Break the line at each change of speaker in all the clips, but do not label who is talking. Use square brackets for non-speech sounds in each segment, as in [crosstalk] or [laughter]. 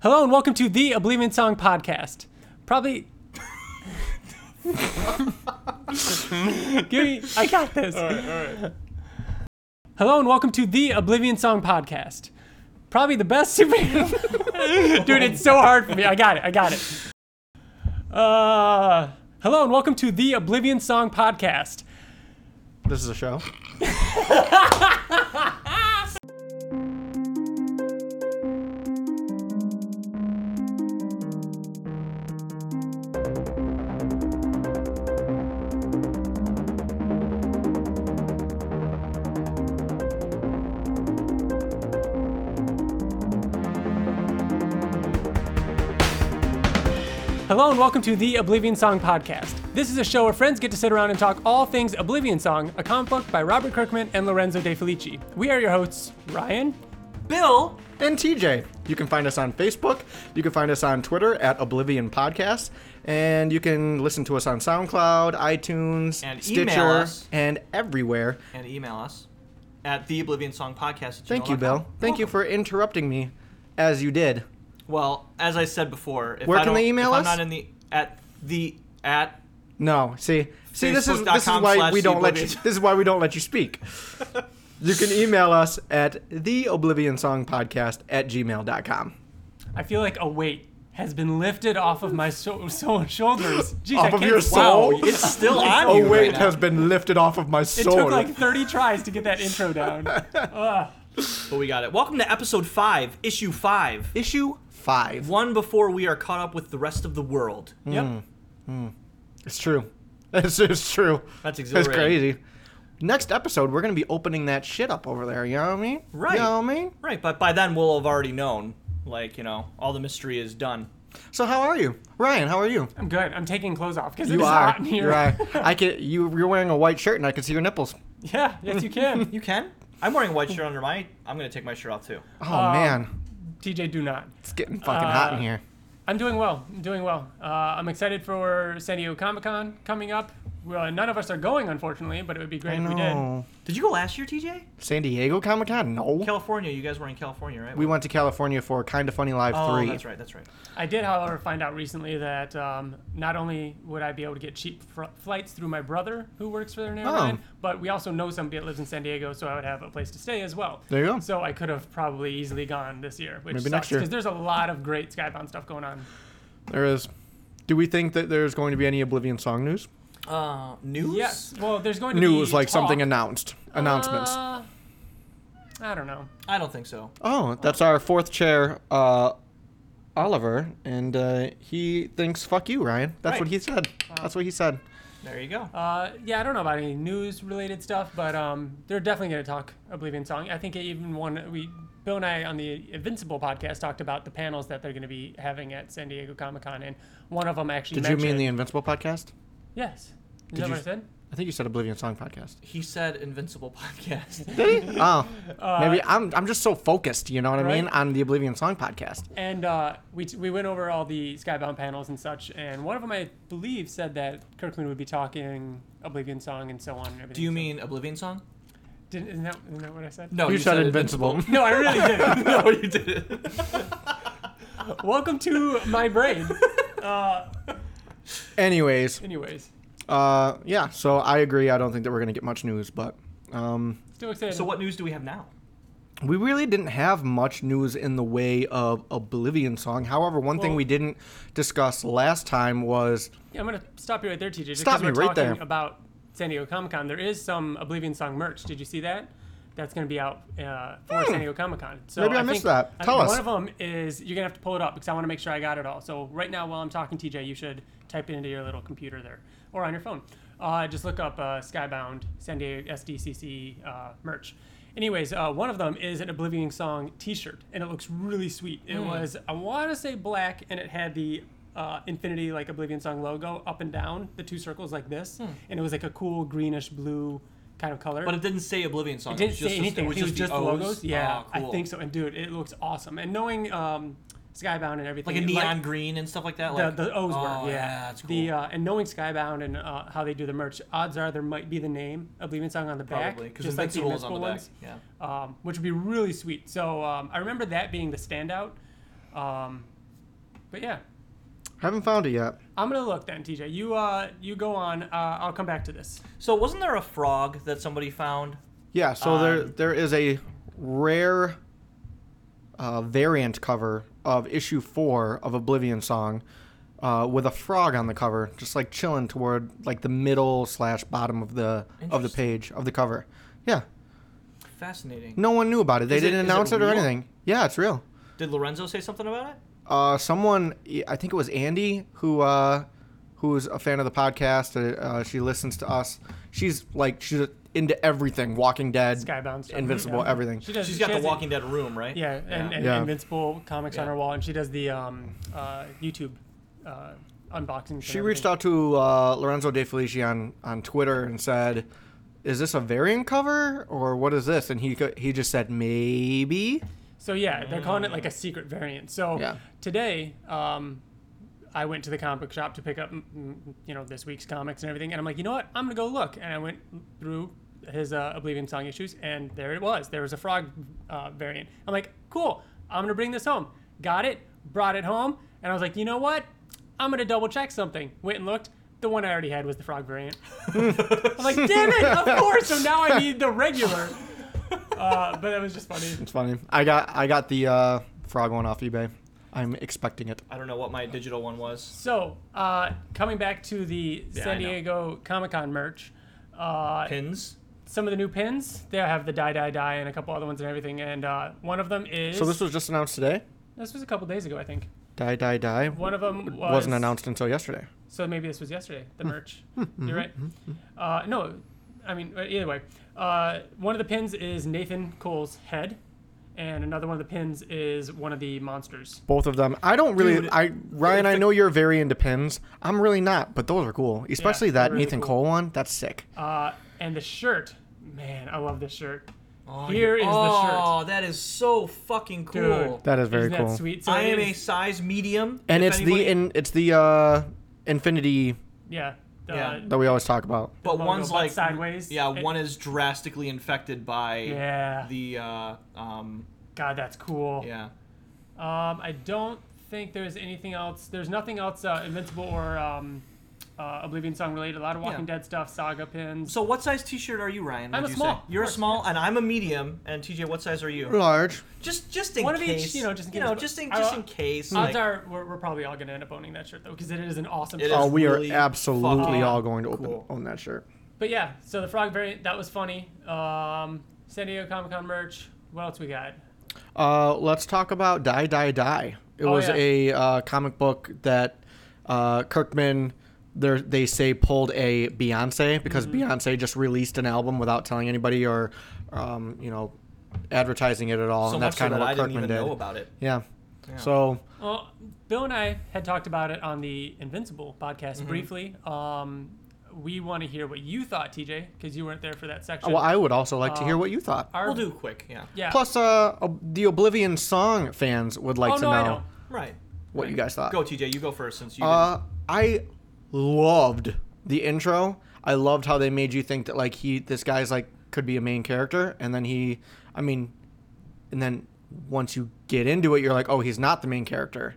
Hello and welcome to the A Believe in Song podcast. Probably. Give me, I got this. Hello and welcome to the Oblivion Song podcast. Probably the best superhero. [laughs] Dude, it's so hard for me. I got it. I got it. Uh, hello and welcome to the Oblivion Song podcast.
This is a show.
Hello and welcome to the Oblivion Song podcast. This is a show where friends get to sit around and talk all things Oblivion Song, a comic book by Robert Kirkman and Lorenzo De Felici. We are your hosts, Ryan.
Bill,
And TJ. You can find us on Facebook. You can find us on Twitter at Oblivion Podcast. And you can listen to us on SoundCloud, iTunes,
And email
Stitcher,
us.
and everywhere.
and email us at the Oblivion Song Podcast.
Thank you, Bill. Thank you for interrupting me as you did.
Well, as I said before, if
Where
I
can
don't-
they email
if
us?
I'm not in the at the at.
No, see, see, this is this is
Facebook.com
why
slash
we don't let you.
Oblivion.
This is why we don't let you
[laughs]
speak. You can email us at the Oblivion Song Podcast at gmail.com.
I feel like a weight has been lifted off of my so- so- [laughs] shoulders. Jeez, I
Off of
can't-
your soul?
Wow.
It's still
[laughs]
on
Oh,
you
weight
right now.
has been lifted off of
[laughs]
my
It
soul.
took like 30 tries to get that intro [laughs] down. Ugh.
But we got it. Welcome to episode five, issue five,
Issue five.
one before we are caught up with the rest of the world.
Hmm.
Yep.
It's true. [laughs] It's, it's true.
That's
It's
exhilarating.
crazy. Next episode, we're gonna be opening that shit up over there. You know what I mean?
Right.
You know what I mean?
Right, but by then we'll have already known. Like you know, all the mystery is done.
So how are you, Ryan? How are you?
I'm good. I'm taking clothes off because
You
it's
are.
hot in here. [laughs]
You are. I can. You. You're wearing a white shirt, and I can see your nipples.
Yeah, yes, you can.
You can. I'm wearing a white shirt under my. I'm gonna take my
[laughs]
shirt off too.
Oh
Um,
man,
TJ, do not.
it's getting fucking hot in
uh,
here.
I'm doing well. I'm doing well. Uh, I'm excited for San Diego Comic Con coming up. Well, none of us are going, unfortunately, but it would be great if we did.
No.
Did you go last year, TJ?
San Diego Comic Con? No.
California. You guys were in California, right?
we went to California for Kinda Funny Live
Oh,
three.
that's right. That's right.
I did, however, find out recently that um, not only would I be able to get cheap fr- flights through my brother who works for their
Oh.
airline, but we also know somebody that lives in San Diego, so I would have a place to stay as well.
There you go.
So I could have probably easily gone this year, which
Maybe
sucks
next year.
because there's a lot of great Skybound stuff going on.
There is. Do we think that there's going to be any Oblivion song news?
Uh, news.
Yes. Well, there's going to be
News like something
talk.
announced. Announcements.
Uh, I don't know.
I don't think so.
Oh, that's our fourth chair, uh, Oliver, and uh, he thinks "fuck you, Ryan." That's what
Right.
he said. That's what he said.
There you go.
Uh, yeah, I don't know about any news-related stuff, but um, they're definitely going to talk Oblivion Song. I think even one we Bill and I on the Invincible podcast talked about the panels that they're going to be having at San Diego Comic Con, and one of them actually.
Did you mean
mentioned-
the Invincible podcast?
Yes. Is
Did
that
you-
what I said?
I think you said Oblivion Song
[laughs]
podcast.
He said Invincible [laughs] podcast.
Did he? Oh, maybe I'm. I'm just so focused. You know what I mean
Uh, Right.
on the Oblivion Song podcast.
And uh, we, we went over all the Skybound panels and such, and one of them I believe said that Kirkman would be talking Oblivion Song and so on and everything.
Do you
So-
mean Oblivion song?
Didn't, isn't, that, isn't that what I said?
No,
Oh, you, said, Invincible.
No, I really did.
[laughs] no, you didn't.
Welcome to my
[laughs]
brain. Uh,
[laughs] Anyways,
anyways,
uh, yeah. So I agree. I don't think that we're gonna get much news, but um,
still excited.
So what news do we have now?
We really didn't have much news in the way of Oblivion Song. However, one thing
Well-
we didn't discuss last time was
Yeah, I'm gonna stop you right there, TJ. just
Stop
'cause
me
we're
right
talking
there.
About San Diego Comic Con, there is some Oblivion Song merch. Did you see that? That's gonna be out uh, for San Diego Comic Con. So
Hmm. Maybe I missed
think,
that.
I
Tell
think
us.
One of them is you're gonna have to pull it up because I want to make sure I got it all. So right now, while I'm talking, TJ, you should type it into your little computer there or on your phone. Uh, just look up uh, Skybound San Diego SDCC uh, merch. Anyways, uh, one of them is an Oblivion Song T-shirt, and it looks really sweet. It was I want to say black, and it had the uh, Infinity like Oblivion Song logo up and down, the two circles like this, and it was like a cool greenish blue kind of color.
But it didn't say Oblivion song.
didn't say anything.
It was just, the O's?
logos. Yeah,
Oh, cool.
I think so. And dude, it looks awesome. And knowing um, Skybound and everything,
Like a
it-
neon green and stuff like that.
the,
Like
the O's
oh,
were, yeah.
that's cool.
The uh, and knowing Skybound and uh, how they do the merch, odds are there might be the name Oblivion Song on the back,
Probably because
just like the
Invincible is on
Invincible
the back.
ones
Yeah.
um, which would be really sweet. So um, I remember that being the standout. Um, but yeah,
Haven't found it yet.
I'm gonna look then, TJ. You uh, you go on. Uh, I'll come back to this.
So wasn't there a frog that somebody found?
Yeah, so there
Um,
there is a rare uh, variant cover of issue four of Oblivion Song uh, with a frog on the cover, just like chilling toward like the middle slash bottom of the of the
Interesting.
page of the cover. Yeah,
Fascinating.
no one knew about it. They
Is it-
didn't
is it
announce it, or
real?
anything. Yeah, it's real.
Did Lorenzo say something about it?
Uh, someone, I think it was Andy, who uh, who's a fan of the podcast. Uh, uh, she listens to us. She's like she's into everything: Walking Dead,
Skybound, stuff.
Invincible,
Yeah.
everything.
She does.
She's
she
got the
has
Walking Dead room, right?
Yeah, and, and
Yeah.
Invincible comics on
Yeah.
her wall, and she does the um, uh, YouTube uh, unboxing.
She reached out to uh, Lorenzo De Felici on, on Twitter and said, "Is this a variant cover or what is this?" And he co- he just said, "Maybe."
So yeah, they're calling it like a secret variant. So
Yeah.
today, um, I went to the comic book shop to pick up, mm, mm, you know, this week's comics and everything, and I'm like, you know what? I'm gonna go look, and I went through his uh, Oblivion Song issues, and there it was. There was a frog uh, variant. I'm like, cool. I'm gonna bring this home. Got it. Brought it home, and I was like, you know what? I'm gonna double check something. Went and looked. The one I already had was the frog variant. I'm like, damn it! Of course. So now I need the regular. Uh, but that was just funny.
It's funny. I got I got the uh, frog one off eBay. I'm expecting it.
I don't know what my digital one was.
So, uh, coming back to the
Yeah,
San
I know.
Diego Comic Con merch, uh,
Pins.
some of the new pins, they have the die, die, die, and a couple other ones and everything. And uh, one of them is.
So this was just announced today.
this was a couple days ago, I think.
Die die die.
One of them was,
wasn't announced Hmm. until yesterday.
So maybe this was yesterday, the
[laughs]
merch. You're right.
hmm,
Uh, no, I mean, uh, either way. Uh, one of the pins is Nathan Cole's head, and another one of the pins is one of the monsters.
Both of them. I don't really.
Dude,
I Ryan. I
the-
know you're very into pins. I'm really not, but those are cool. Especially that
they're really
Nathan
cool.
Cole one. That's sick.
Uh, and the shirt. Man, I love this shirt.
Oh,
Here is the shirt.
Oh, that is so fucking cool.
Dude,
That is very
Isn't
cool.
That sweet. So
I
it
am a
is-
size medium.
And
if
it's
anybody-
the in, it's the uh, Infinity
yeah. the-
Yeah.
that we always talk about.
but
logo,
one's
Oh, but
like
sideways.
Yeah,
It-
one is drastically infected by
Yeah.
the uh, um
God, that's cool.
yeah.
Um, I don't think there's anything else. There's nothing else uh, Invincible or um, uh, Oblivion Song related. A lot of Walking
Yeah.
Dead stuff, saga pins.
So what size T-shirt are you, Ryan?
I'm
would
a
you
small,
Say?
of
You're a
course,
small, and I'm a medium. And TJ, what size are you?
Large.
Just, just in
One of each,
case.
you know, just in
You know,
case,
just in,
but-
just
I-
in case.
Odds
like-
are we're, we're probably all gonna end up owning that shirt though, because it is an awesome.
It
shirt.
is
Oh, we
really
are absolutely
fucking
all going to open,
cool.
own that shirt.
But yeah, so the frog variant that was funny. Um, San Diego Comic Con merch. What else we got?
Uh, let's talk about Die Die Die. It
Oh,
was
yeah.
a uh, comic book that uh, Kirkman there they say pulled a Beyonce because
Mm-hmm.
Beyonce just released an album without telling anybody or um, you know advertising it at all,
so
and
much
that's
so
kind
that
of what
I didn't
Kirkman
even
did.
know about it.
yeah. So
Well, Bill and I had talked about it on the Invincible podcast
Mm-hmm.
briefly. Um, we want to hear what you thought, TJ, because you weren't there for that section.
uh,
Oh,
well, I would also like to hear what you thought.
Our-
We'll do it quick. Uh, Yeah.
yeah.
Plus, uh, ob- the Oblivion song fans would like
oh
to
no,
know,
I know.
Right.
what you guys thought.
Go, TJ. You go first since you.
Uh, I loved the intro. I loved how they made you think that like he, this guy's like could be a main character, and then he, I mean, and then once you get into it, you're like, oh, he's not the main character,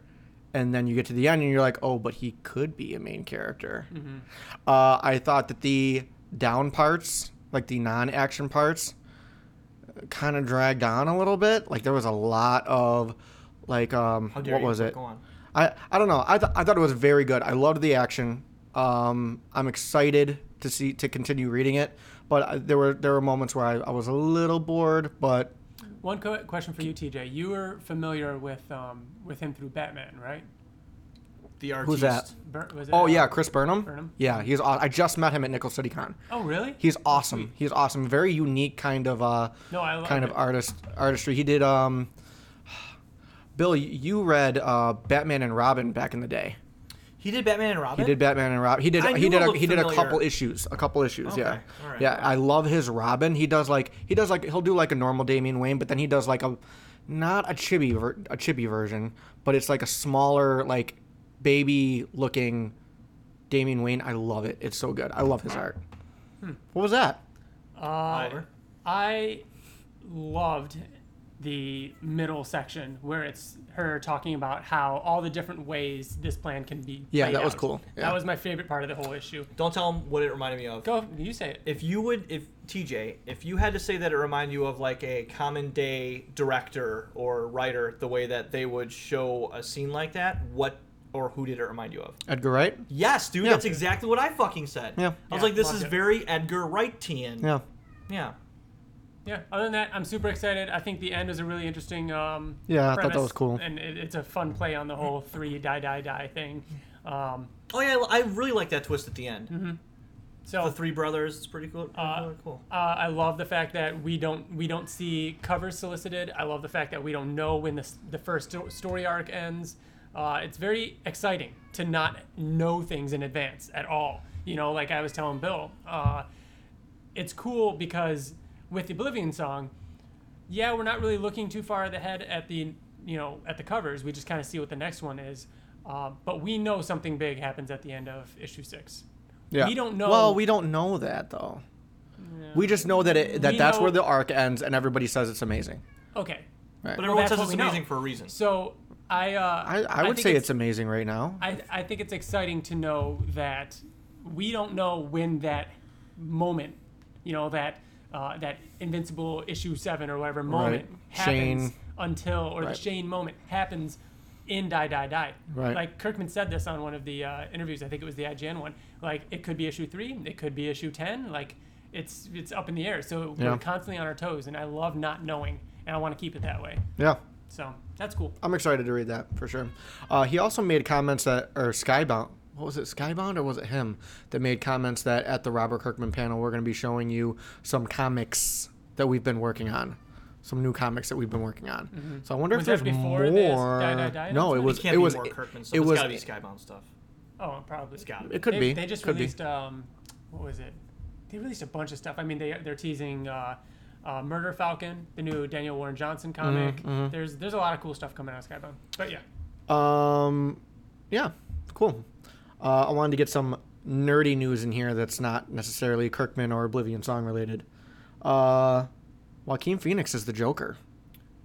and then you get to the end, and you're like, oh, but he could be a main character.
Mm-hmm.
Uh, I thought that the down parts, like the non-action parts, kind of dragged on a little bit. Like there was a lot of, like, um,
How dare
what
you.
was it?
Go on.
I, I don't know. I, th- I thought it was very good. I loved the action. Um, I'm excited to see to continue reading it, but I, there were there were moments where I, I was a little bored. But
One co- question for you, TJ. You were familiar with um, with him through Batman, right?
The artist.
who's that?
Bur- was it,
Oh
uh,
yeah, Chris Burnham.
Burnham?
Yeah, he's. aw- I just met him at Nickel City Con.
Oh really?
He's awesome. He's awesome. Very unique kind of uh,
No, Mm-hmm. I love
kind of
it.
artist artistry. He did. Um, Bill, y- you read uh, Batman and Robin back in the day.
He did Batman and Robin.
He did Batman and Robin. He did.
I
He
knew
did.
it
A,
looked
he did a
familiar.
couple issues. A couple issues. Yeah.
Okay, all right.
Yeah. I love his Robin. He does like he does like he'll do like a normal Damian Wayne, but then he does like a not a chibi ver- a chibi version, but it's like a smaller like baby looking Damian Wayne. I love it. It's so good. I love his art. What was that?
Uh,
Oliver.
I loved the middle section where it's her talking about how all the different ways this plan can be.
Yeah,
played
that was
out.
cool. Yeah.
That was my favorite part of the whole issue.
Don't tell him what it reminded me of.
Go, you say it.
If you would, if TJ, if you had to say that it reminded you of like a common day director or writer, the way that they would show a scene like that, what or who did it remind you of?
Edgar Wright.
Yes, dude,
Yeah.
that's exactly what I fucking said.
Yeah.
I was
Yeah,
like, this
loved
is
it.
very Edgar Wrightian.
Yeah.
Yeah.
Yeah. Other than that, I'm super excited. I think the end is a really interesting. Um,
Yeah, I thought that
premise,
was cool.
and it, it's a fun play on the whole three die die die thing. Um,
Oh yeah, I I really like that twist at the end.
so
The three brothers, it's pretty cool.
Mm-hmm. Uh,
really cool.
Uh, I love the fact that we don't we don't see covers solicited. I love the fact that we don't know when the s- the first sto- story arc ends. Uh, it's very exciting to not know things in advance at all. You know, like I was telling Bill, uh, it's cool because with the Oblivion song, yeah, we're not really looking too far ahead at the you know at the covers. We just kind of see what the next one is. Uh, but we know something big happens at the end of issue six.
Yeah.
We don't know.
Well, we don't know that though. We just know that it that
We
that's
know-
where the arc ends, and everybody says it's amazing.
okay.
Right.
But everyone
that's
says
what
it's
we know.
amazing for a reason.
So I uh,
I, I would
think
say it's, amazing right now.
I, I think it's exciting to know that we don't know when that moment, you know, that uh, that invincible issue seven or whatever moment happens
Shane.
until, or
Right.
the Shane moment happens in Die Die Die.
Right.
Like Kirkman said this on one of the uh, interviews. I think it was the IGN one. Like it could be issue three, it could be issue ten. Like it's it's up in the air. So
Yeah.
we're constantly on our toes, and I love not knowing, and I want to keep it that way.
yeah.
So that's cool.
I'm excited to read that for sure. Uh, he also made comments that, or Skybound, what was it, Skybound or was it him that made comments that at the Robert Kirkman panel we're going to be showing you some comics that we've been working on, some new comics that we've been working on.
Mm-hmm.
So I wonder
Was
if
that
there's
before
more.
this Die, Die, Die
no, it
announcement?
was.
it
It,
can't be
was.
more
It,
Kirkman stuff.
it
it's
was.
gotta be
It,
Skybound stuff.
Oh, probably.
It's gotta be.
it could
they,
be.
They just
could
released um, what was it? They released a bunch of stuff. I mean, they they're teasing uh, uh, Murder Falcon, the new Daniel Warren Johnson comic.
Mm-hmm,
There's there's a lot of cool stuff coming out of Skybound. But yeah,
be. Um, yeah, cool. Uh, I wanted to get some nerdy news in here that's not necessarily Kirkman or Oblivion song related. Uh, Joaquin Phoenix is the Joker.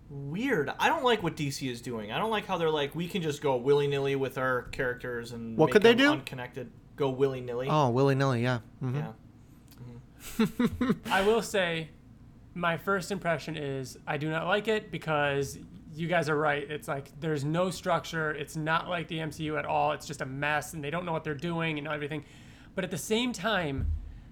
Weird. I don't like what DC is doing. I don't like how they're like we can just go willy nilly with our characters and
What
make
could they
them
do?
Unconnected. Go willy nilly.
Oh, willy nilly, yeah. Mm-hmm. [laughs]
Yeah.
I will say, my first impression is I do not like it because you guys are right. It's like there's no structure. It's not like the MCU at all. It's just a mess, and they don't know what they're doing and everything. But at the same time,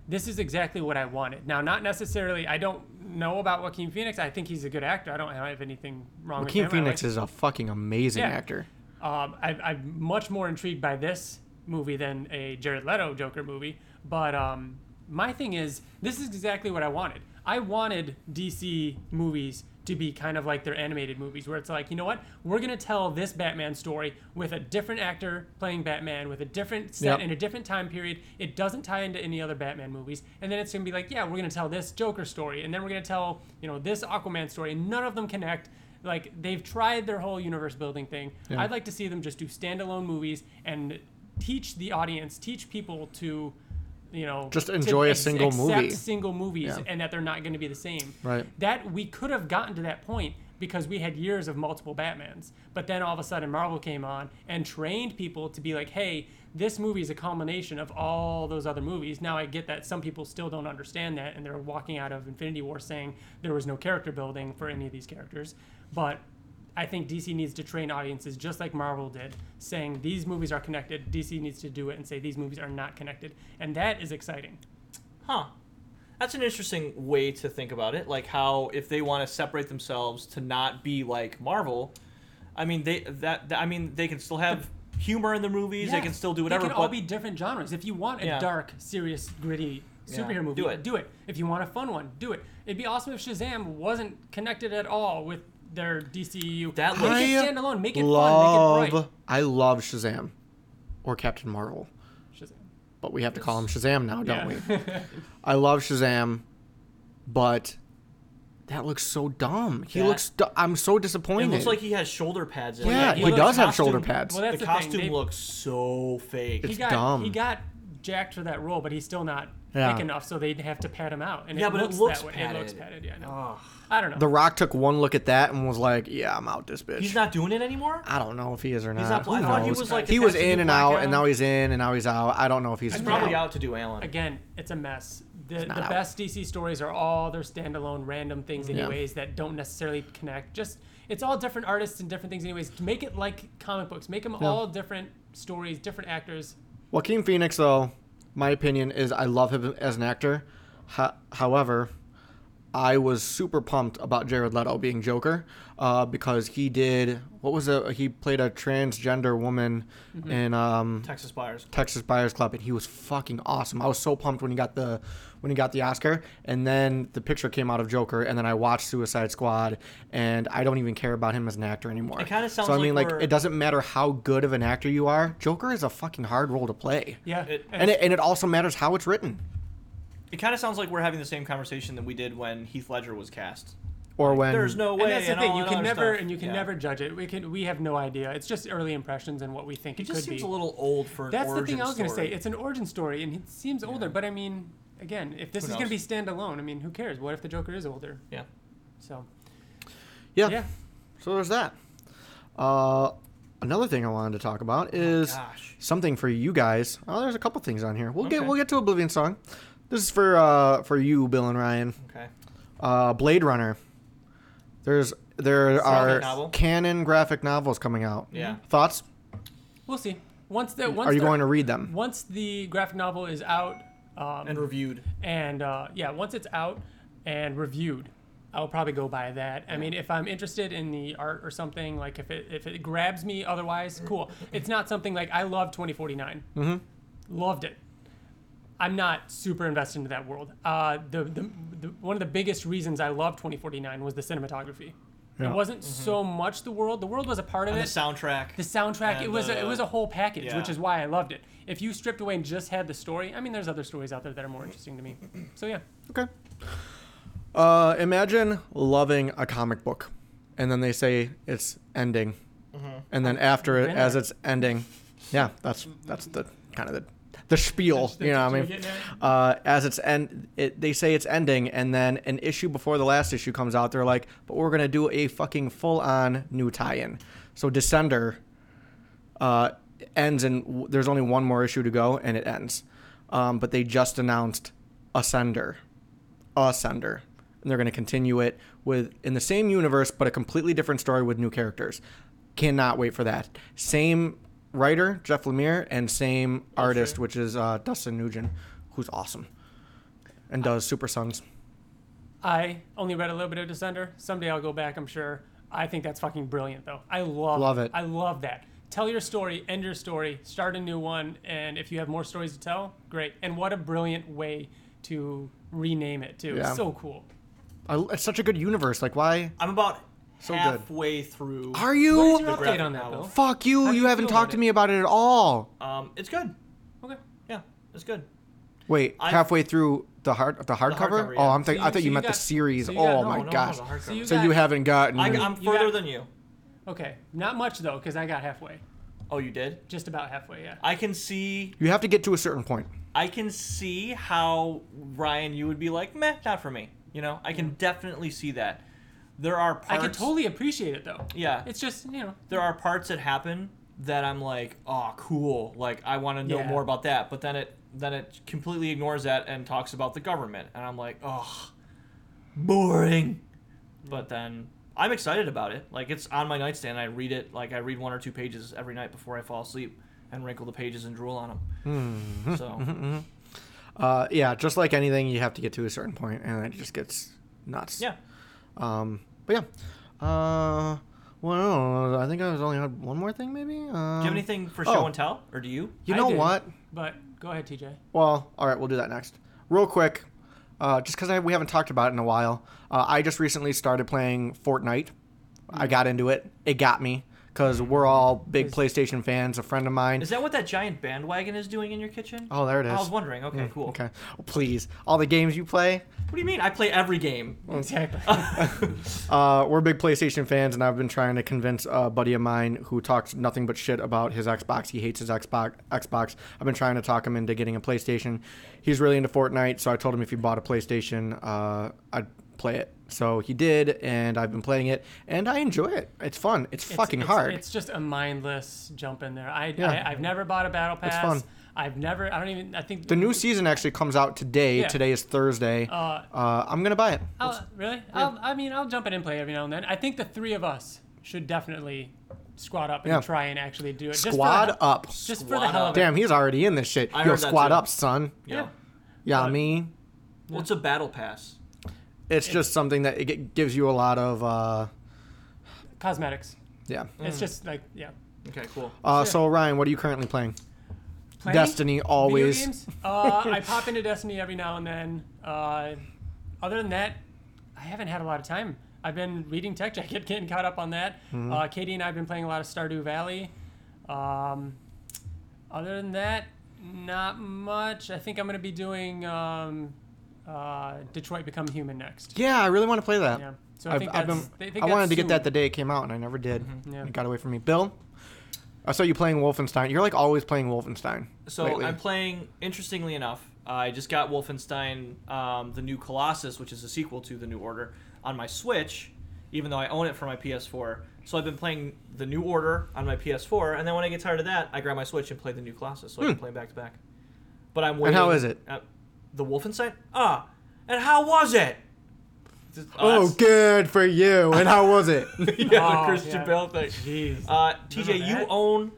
this is exactly what I wanted. Now, not necessarily. I don't know about Joaquin Phoenix. I think he's a good actor. I don't have anything wrong with him.
Joaquin
I
Phoenix
like-
is a fucking amazing
Yeah.
actor.
um, I, I'm much more intrigued by this movie than a Jared Leto Joker movie. But um, my thing is, this is exactly what I wanted. I wanted DC movies to be kind of like their animated movies, where it's like, you know what? We're going to tell this Batman story with a different actor playing Batman, with a different set
Yep.
in a different time period. It doesn't tie into any other Batman movies. And then it's going to be like, yeah, we're going to tell this Joker story, and then we're going to tell, you know, this Aquaman story, and none of them connect. Like, they've tried their whole universe building thing.
Yeah.
I'd like to see them just do standalone movies and teach the audience, teach people to, you know,
Just
to
enjoy a single
accept
movie.
single movies,
Yeah.
and that they're not going to be the same.
Right.
That we could have gotten to that point because we had years of multiple Batmans, but then all of a sudden Marvel came on and trained people to be like, hey, this movie is a culmination of all those other movies. Now I get that some people still don't understand that, and they're walking out of Infinity War saying there was no character building for any of these characters, but. I think DC needs to train audiences just like Marvel did, saying these movies are connected. DC needs to do it and say these movies are not connected. And that is exciting.
Huh. That's an interesting way to think about it. Like how if they want to separate themselves to not be like Marvel, I mean they that, that- I mean they can still have humor in the movies. They
Yeah.
can still do whatever.
They can
but
all be different genres. If you want a
Yeah.
dark, serious, gritty
Yeah.
superhero movie,
Do it.
do it. If you want a fun one, do it. It'd be awesome if Shazam wasn't connected at all with their DCU.
That
make
looks-
it standalone. Make it fun. Make
love,
it right.
I love Shazam or Captain Marvel,
Shazam.
but we have to call him Shazam now, don't
[laughs]
we?
Yeah.
I love Shazam, but that looks so dumb. He
That-
looks. Du- I'm so
it
disappointed.
looks like he has shoulder pads. In it.
Yeah,
Like,
he
looks
does have
costume-
shoulder pads.
Well, that's
the
the thing.
costume
They-
looks so fake.
He
It's
got
dumb.
he got jacked for that role, but he's still not
Yeah.
thick enough, so they'd have to pat him out. And
Yeah,
it
but it
looks
looks
that way. It looks
padded.
padded. Yeah, I know.
Ugh.
I don't know.
The Rock took one look at that and was like, "Yeah, I'm out this bitch."
He's not doing it anymore.
I don't know if he is or not.
not pl-
Who
I thought he
knows?
was, like,
he was
attached to
in
the
and
black
out,
guy.
and now he's in, and now he's out. I don't know if he's.
He's
Yeah.
probably out to do Alan.
Again, it's a mess. The, the
not out.
best DC stories are all their standalone random things,
Yeah.
anyways, that don't necessarily connect. Just it's all different artists and different things, anyways. To Make it like comic books. Make them all different stories, different actors.
Joaquin Phoenix, though, my opinion is I love him as an actor. Ho- however, I was super pumped about Jared Leto being Joker uh, because he did what was a he played a transgender woman
Mm-hmm.
in um,
Texas buyers.
Texas Buyers Club, and he was fucking awesome. I was so pumped when he got the when he got the Oscar, and then the picture came out of Joker, and then I watched Suicide Squad, and I don't even care about him as an actor anymore.
It kinda sounds
so. I mean,
like
like,
we're-
it doesn't matter how good of an actor you are. Joker is a fucking hard role to play,
Yeah,
It-
and it, and it also matters how it's written,
It kind of sounds like we're having the same conversation that we did when Heath Ledger was cast.
or when
There's no way.
and that's the
and
thing.
all
You
that
can
other
never
stuff.
and you can
Yeah.
never judge it. We can. We have no idea. It's just early impressions and what we think
He
it
just
could
seems
be.
a little old for. An
That's the
origin
thing I was going to say.
story.
It's an origin story, and it seems older. But I mean, again, if this
Who
is going to
knows?
be standalone, I mean, who cares? What if the Joker is older?
yeah.
So
yeah.
yeah,
So there's that. Uh, another thing I wanted to talk about
Oh
is
Gosh.
something for you guys. Oh, there's a couple things on here. We'll get
Okay.
we'll get to Oblivion song. This is for uh, for you, Bill and Ryan.
Okay.
Uh, Blade Runner. There's there
Graphic
are
novel.
canon graphic novels coming out.
Yeah.
Thoughts?
we'll see. Once the once
are you
the-
going to read them?
once the graphic novel is out, um,
And reviewed.
and uh, yeah, once it's out and reviewed, I'll probably go buy that. I mean, if I'm interested in the art or something, like if it if it grabs me, otherwise, cool. It's not something like I love 2049. Mm-hmm. Loved it. I'm not super invested into that world. Uh, the, the, the one of the biggest reasons I loved 2049 was the cinematography.
Yeah.
It wasn't so much the world. The world was a part of
And
it.
the soundtrack.
The soundtrack, it
And
was a, it
the-
was a whole package,
yeah.
which is why I loved it. If you stripped away and just had the story, I mean, there's other stories out there that are more interesting to me. So yeah,
Okay. Uh, imagine loving a comic book, and then they say it's ending, and then after it,
Been
as
there.
it's ending, yeah, that's that's the kind of the the spiel. you know what I mean? uh, as it's end, it, they say it's ending, and then an issue before the last issue comes out, they're like, "But we're gonna do a fucking full-on new tie-in." So Descender uh, ends, and w- there's only one more issue to go, and it ends. Um, but they just announced Ascender, Ascender, and they're gonna continue it with in the same universe, but a completely different story with new characters. Cannot wait for that. Same writer Jeff Lemire and same artist, which is uh, Dustin Nugent, who's awesome and does Super Sons.
I only read a little bit of Descender. Someday I'll go back, I'm sure. I think that's fucking brilliant, though. I love
Love it.
I love that. Tell your story, end your story, start a new one, and if you have more stories to tell, great. And what a brilliant way to rename it too.
Yeah.
So cool.
I, it's such a good universe. Like, why
I'm about
So good.
halfway through.
are
What is
you?
your update
graphic
on that,
novel.
Bill?
Fuck you!
How do
you,
you
haven't
feel about
talked to
it?
me about it at all.
Um, it's good.
Okay.
Yeah, it's good.
Wait,
I-
halfway through the hard the hardcover.
hardcover,
Oh,
yeah.
I'm think,
So
I
you- so
thought you
you
meant
got-
the series.
so you
oh
got- no,
my
no, no,
gosh!
the hardcover.
So you
so
got-
you haven't gotten.
I, I'm
You
further
got-
than you.
Okay. Not much though, because I got halfway.
Oh, you did.
Just about halfway. Yeah.
I can see.
you have to get to a certain point.
I can see how Ryan, you would be like, meh, not for me. You know, I can definitely see that. There are parts.
I could totally appreciate it though.
Yeah.
It's just you know.
there are parts that happen that I'm like, oh, cool. Like I want to know
Yeah.
more about that. But then it then it completely ignores that and talks about the government, and I'm like, oh, boring. But then I'm excited about it. Like it's on my nightstand. I read it. Like I read one or two pages every night before I fall asleep and wrinkle the pages and drool on them.
Hmm. [laughs]
So
Mm-hmm. Uh, yeah, just like anything, you have to get to a certain point, and it just gets nuts.
yeah,
Um, but yeah. Uh, well, I, don't know. I think I was only had one more thing, maybe. Um,
do you have anything for
oh.
show and tell, or do you?
You
I
know
do.
what?
But go ahead, TJ.
Well, all right, we'll do that next. Real quick, uh, just because we haven't talked about it in a
Mm.
while, uh, I just recently started playing Fortnite. I got into it. It got me because we're all big
Is-
PlayStation fans. A friend of mine.
Is that what that giant bandwagon is doing in your kitchen?
oh, there it is.
I was wondering. Okay,
Mm,
cool.
Okay. Oh, please, all the games you play.
What do you mean? I play every game.
Mm.
Exactly.
[laughs]
Uh, we're big PlayStation fans, and I've been trying to convince a buddy of mine who talks nothing but shit about his Xbox. He hates his Xbox. Xbox. I've been trying to talk him into getting a PlayStation. He's really into Fortnite, so I told him if he bought a PlayStation, uh, I'd play it. So he did, and I've been playing it, and I enjoy it. It's fun. It's,
It's-
fucking
it's-
hard.
It's just a mindless jump in there. I,
Yeah.
I I've never bought a battle pass.
fun.
I've never. I don't even. I think
the new season actually comes out today.
Yeah.
Today is Thursday. Uh,
Uh,
I'm gonna buy it.
I'll, really? I'll, I mean, I'll jump in and play every now and then. I think the three of us should definitely squad up and
Yeah.
try and actually do it. Just for the
Squad
hell-
up.
Just for the
Squad
hell
up.
of it.
Damn, he's already in this shit.
I
Yo,
heard that
squad
too.
up, son.
Yeah.
Yeah.
Yeah,
But-
me.
What's a battle pass?
It's just something that it g- gives you a lot of. Uh,
Cosmetics.
Yeah.
It's just like yeah.
Okay, cool.
Uh,
Sure.
so Ryan, what are you currently playing?
Playing
Destiny always.
Video games? Uh, I pop into Destiny every now and then. Uh, other than that, I haven't had a lot of time. I've been reading Tech Jacket, [laughs] getting caught up on that.
Mm-hmm.
Uh, Katie and I have been playing a lot of Stardew Valley. Um, other than that, not much. I think I'm going to be doing um, uh, Detroit Become Human next.
Yeah, I really want to play that.
Yeah. So I
I've,
think
I've
that's-
been,
they
I
think
wanted
that's
to get that
soon.
the day it came out, and I never did.
Yeah.
It got away from me. Bill, I saw you playing Wolfenstein. You're like always playing Wolfenstein.
So
lately.
I'm playing. Interestingly enough, I just got Wolfenstein: um, The New Colossus, which is a sequel to The New Order, on my Switch, even though I own it for my PS4. So I've been playing The New Order on my PS4, and then when I get tired of that, I grab my Switch and play The New Colossus, so I can play back to back. But I'm waiting.
Hmm. how is it?
uh, the Wolfenstein. Ah, and how was it? Just-
oh,
that's-
good for you. And how was it?
[laughs] yeah, the
Oh,
Christian
yeah.
Bale thing.
Jeez.
Uh, TJ,
Remember
you
that?
own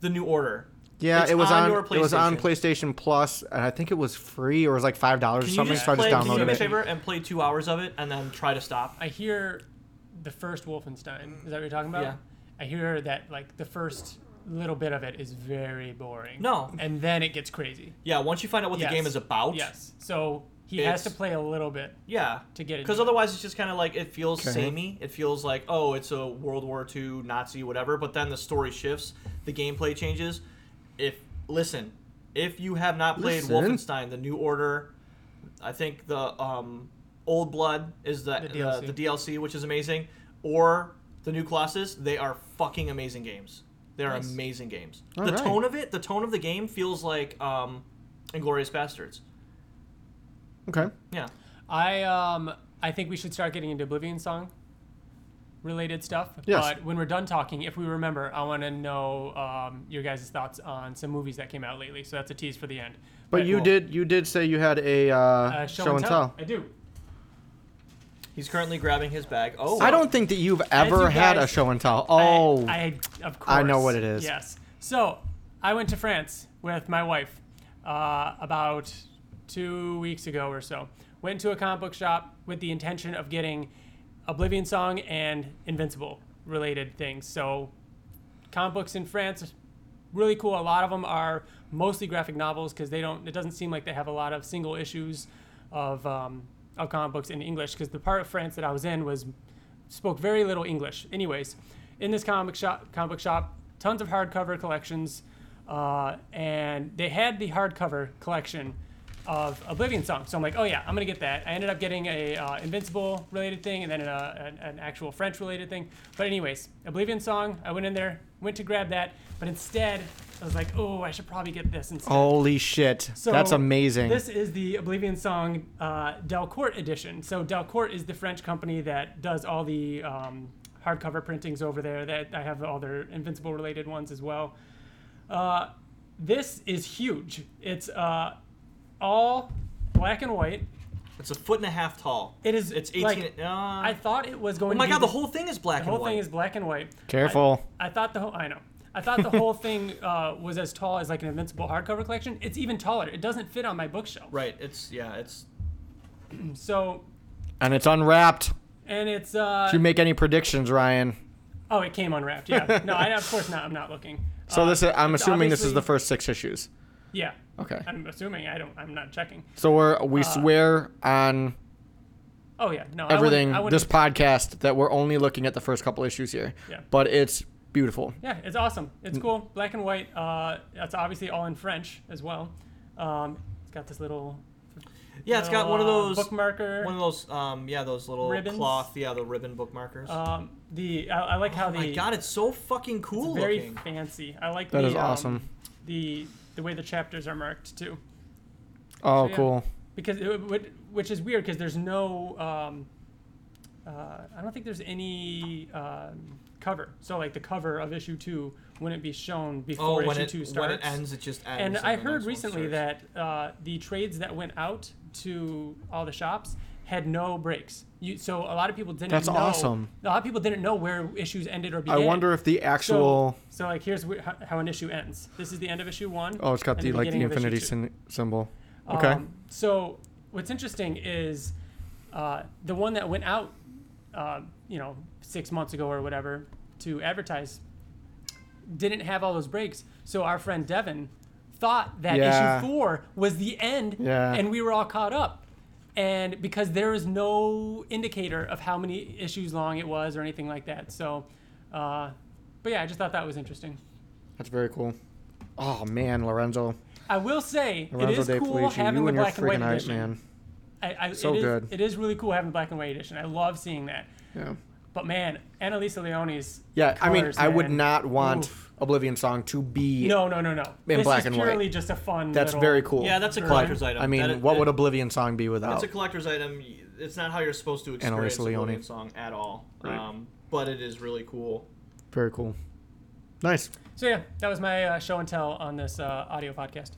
The New Order.
Yeah,
It's
it was
on
on.
your
It was on
PlayStation.
PlayStation Plus, and I think it was free or it was like five dollars or
Can you
something.
just
so I just
play, can you do
downloaded
me a
it.
favor and play two hours of it and then try to stop?
I hear the first Wolfenstein. Is that what you're talking about?
Yeah.
I hear that like the first little bit of it is very boring.
No.
And then it gets crazy.
Yeah, once you find out what
Yes.
the game is about.
Yes. So he has to
It's-
play a little bit.
Yeah.
To get into
Because
it.
otherwise, it's just kind of like it feels
Okay.
samey. It feels like oh, it's a World War II Nazi whatever. But then the story shifts, the gameplay changes. If listen, if you have not played
Listen.
Wolfenstein: The New Order, I think the um, Old Blood is the the,
The DLC.
the DLC, which is amazing, or the New Colossus. They are fucking amazing games. They are
Nice.
amazing games.
All
the
right.
tone of it, the tone of the game feels like um, Inglorious Bastards.
Okay.
Yeah.
I um I think we should start getting into Oblivion song related stuff.
Yes.
But when we're done talking, if we remember, I want to know um, your guys' thoughts on some movies that came out lately. So that's a tease for the end.
But you
we'll-
did. You did say you had a uh,
uh,
show, and tell.
I do.
He's currently grabbing his bag. Oh,
I don't think that you've ever
you
had a
guys-
show and tell.
I-
Oh,
I, of course.
I know what it is.
Yes. So I went to France with my wife uh, about two weeks ago or so. Went to a comic book shop with the intention of getting Oblivion Song and Invincible related things. So comic books in France, really cool. A lot of them are mostly graphic novels because they don't. It doesn't seem like they have a lot of single issues of um, of comic books in English because the part of France that I was in was spoke very little English. Anyways, in this comic shop, comic book shop, tons of hardcover collections, uh, and they had the hardcover collection of Oblivion Song. So I'm like, oh yeah, I'm gonna get that. I ended up getting a uh, Invincible related thing, and then an, uh, an, an actual French related thing. But anyways, Oblivion Song. I went in there, went to grab that, but instead I was like, oh, I should probably get this instead.
holy shit!
So
That's amazing.
This is the Oblivion Song uh, Delcourt edition. So Delcourt is the French company that does all the um, hardcover printings over there. That I have all their Invincible related ones as well. Uh, this is huge. It's uh, all black and white.
It's a foot and a half tall.
It is.
It's 18.
Like,
uh,
I thought it was
oh
going.
my
to be
god, the whole thing is black
the whole
and white.
thing is black and white.
Careful.
I thought the whole I know. I thought the whole thing uh, was as tall as like an Invincible hardcover collection. It's even taller. It doesn't fit on my bookshelf.
right. It's yeah. It's
So
and it's unwrapped.
and it's uh
Did you make any predictions, Ryan?
oh, it came unwrapped. Yeah, no, I, of course not. I'm not looking.
[laughs] So
Uh,
this is, I'm
it's
assuming this is the
obviously-
first six issues.
Yeah,
Okay.
I'm assuming. I don't. I'm not checking.
So we're
Uh,
we swear on
Oh yeah, no. I wouldn't-
everything
I wouldn't,
this podcast that we're only looking at the first couple issues here.
Yeah.
But it's beautiful.
Yeah, it's awesome.
Mm.
It's cool. Black and white. Uh, that's obviously all in French as well. Um, it's got this little.
Yeah, it's got
little,
one of
uh,
those
bookmarker.
one of those um yeah those little
Ribbons?
cloth yeah the ribbon bookmarkers.
um, the I, I like how
oh
the
my god, it's so fucking cool
it's very
looking.
fancy. I like
That
the,
is
um,
awesome.
the the way the chapters are marked too,
Oh,
yeah.
cool.
because it, would- which is weird because there's no um, uh, I don't think there's any um, cover. So like the cover of issue two wouldn't be shown
oh,
before
when
issue
it
two starts.
when it ends, it just ends.
And I
the
heard
next one
recently
starts.
that uh, the trades that went out to all the shops had no breaks. You, so a lot of people didn't.
That's
know,
awesome.
A lot of people didn't know where issues ended or
I
began.
wonder if the actual.
So, so like, here's wh- how, how an issue ends. This is the end of issue one.
oh, it's got
and
the like the
beginning of issue
infinity
two.
syn- symbol. Okay.
Um, so what's interesting is uh, the one that went out, uh, you know, six months ago or whatever to advertise didn't have all those breaks. So our friend Devin thought that
Yeah.
issue four was the end,
Yeah.
and we were all caught up. And because there is no indicator of how many issues long it was or anything like that. So, uh, but yeah, I just thought that was interesting.
That's very cool. Oh man, Lorenzo.
I will say it
Lorenzo
is
De
cool
Felici,
having
you
the
and your
black and white
freaking hype
edition.
man.
I, I,
So
it is,
good.
It is really cool having the black and white edition. I love seeing that.
Yeah.
But man, Annalisa Leone's.
Yeah, I mean,
colors,
I would
man.
not want
Oof.
Oblivion Song to be.
No, no, no, no. this
black
is
and white.
purely just a fun.
that's
little-
very cool.
Yeah, that's a
Right.
collector's item.
I mean,
That-
what would
that-
Oblivion Song be without?
It's a collector's item. It's not how you're supposed to experience
Annalisa
a
Leone.
Oblivion song at all.
Right.
Um, but it is really cool.
Very cool. Nice.
So yeah, that was my uh, show and tell on this uh, audio podcast.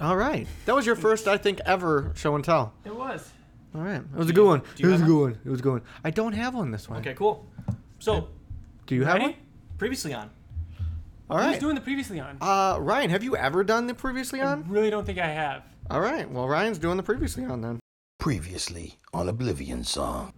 All right. That was your first, I think, ever show and tell.
It was.
All right. It was a good one. It
you
was a
have
good one. It was a good one. I don't have one this one.
Okay, cool. So
Do you have
Ready?
one?
previously on.
All
Who's
right.
doing the previously on?
Uh, Ryan, have you ever done the previously
I
on?
really don't think I have.
All right. Well, Ryan's doing the previously on then.
Previously on Oblivion Song.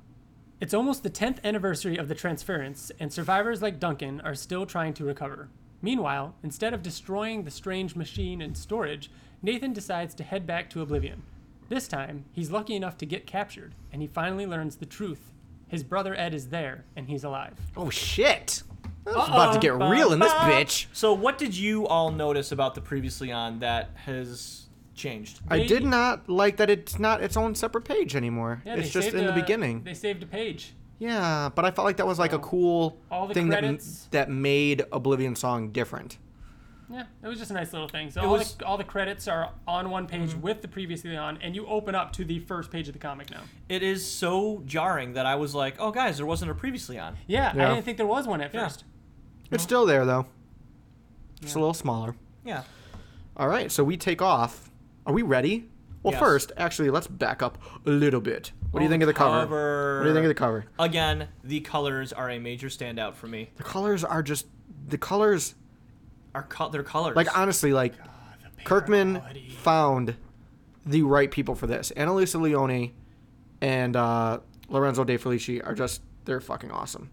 It's almost the 10th anniversary of the transference, and survivors like Duncan are still trying to recover. Meanwhile, instead of destroying the strange machine in storage, Nathan decides to head back to Oblivion. This time, he's lucky enough to get captured, and he finally learns the truth. His brother Ed is there, and he's alive.
Oh shit! It's about to get real in this bitch.
So what did you all notice about the previously on that has changed?
I
They-
did not like that it's not its own separate page anymore.
Yeah,
it's
they
just
saved
in the
a-
beginning.
They saved a page.
yeah, but I felt like that was like a cool
All the
thing that, m-
credits.
that made Oblivion Song different.
Yeah, it was just a nice little thing. So
It
all,
was-
the, all the credits are on one page
Mm-hmm.
with the previously on, and you open up to the first page of the comic now.
It is so jarring that I was like, oh guys, there wasn't a previously on.
Yeah,
Yeah.
I didn't think there was one at
Yeah.
first.
It's still there though. It's a little smaller.
Yeah.
All right, so we take off. Are we ready? Well,
Yes.
first, actually, let's back up a little bit. What do you
Oh,
think of the cover?
cover.
What do you think of the cover?
Again, the colors are a major standout for me.
The colors are just the colors.
Are co- their colors
Like honestly, like Kirkman found the right people for this. Annalisa Leone and uh, Lorenzo De Felici are just they're fucking awesome.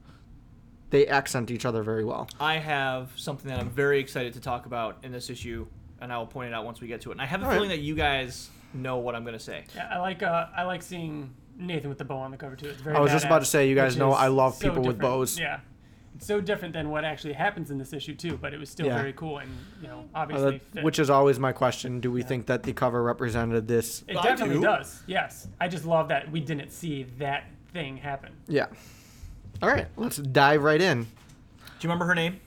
They accent each other very well.
I have something that I'm very excited to talk about in this issue, and I will point it out once we get to it. And I have a
All right.
feeling that you guys know what I'm going to say.
Yeah, I like uh, I like seeing Nathan with the bow on the cover too. It's very.
I was just about to
badass,
say, you guys
which
know
is
I love
so
people with
different.
bows.
Yeah, it's so different than what actually happens in this issue too, but it was still
Yeah.
very cool and you know
Uh,
obviously. fit.
which is always my question: Do we think that the cover represented this?
it
I
definitely
do.
does. Yes, I just love that we didn't see that thing happen.
Yeah. All right, let's dive right in,
Do you remember her name?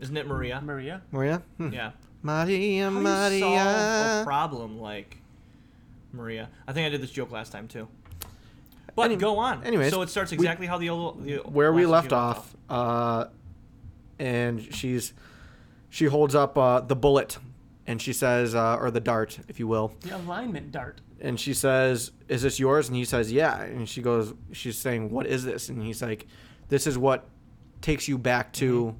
Isn't it Maria?
Maria.
Maria. Hmm.
Yeah.
Maria,
How do you solve a
Maria.
problem like Maria? I think I did this joke last time too. But
Any-
go on.
anyways,
so it starts
we-
exactly how the, old- the
where we
last
left
issue
off, uh, and she's she holds up uh, the bullet, and she says, uh, or the dart, if you will,
The alignment dart.
and she says, "Is this yours?" And he says, "Yeah." And she goes, she's saying, "What is this?" And he's like, "This is what takes you back to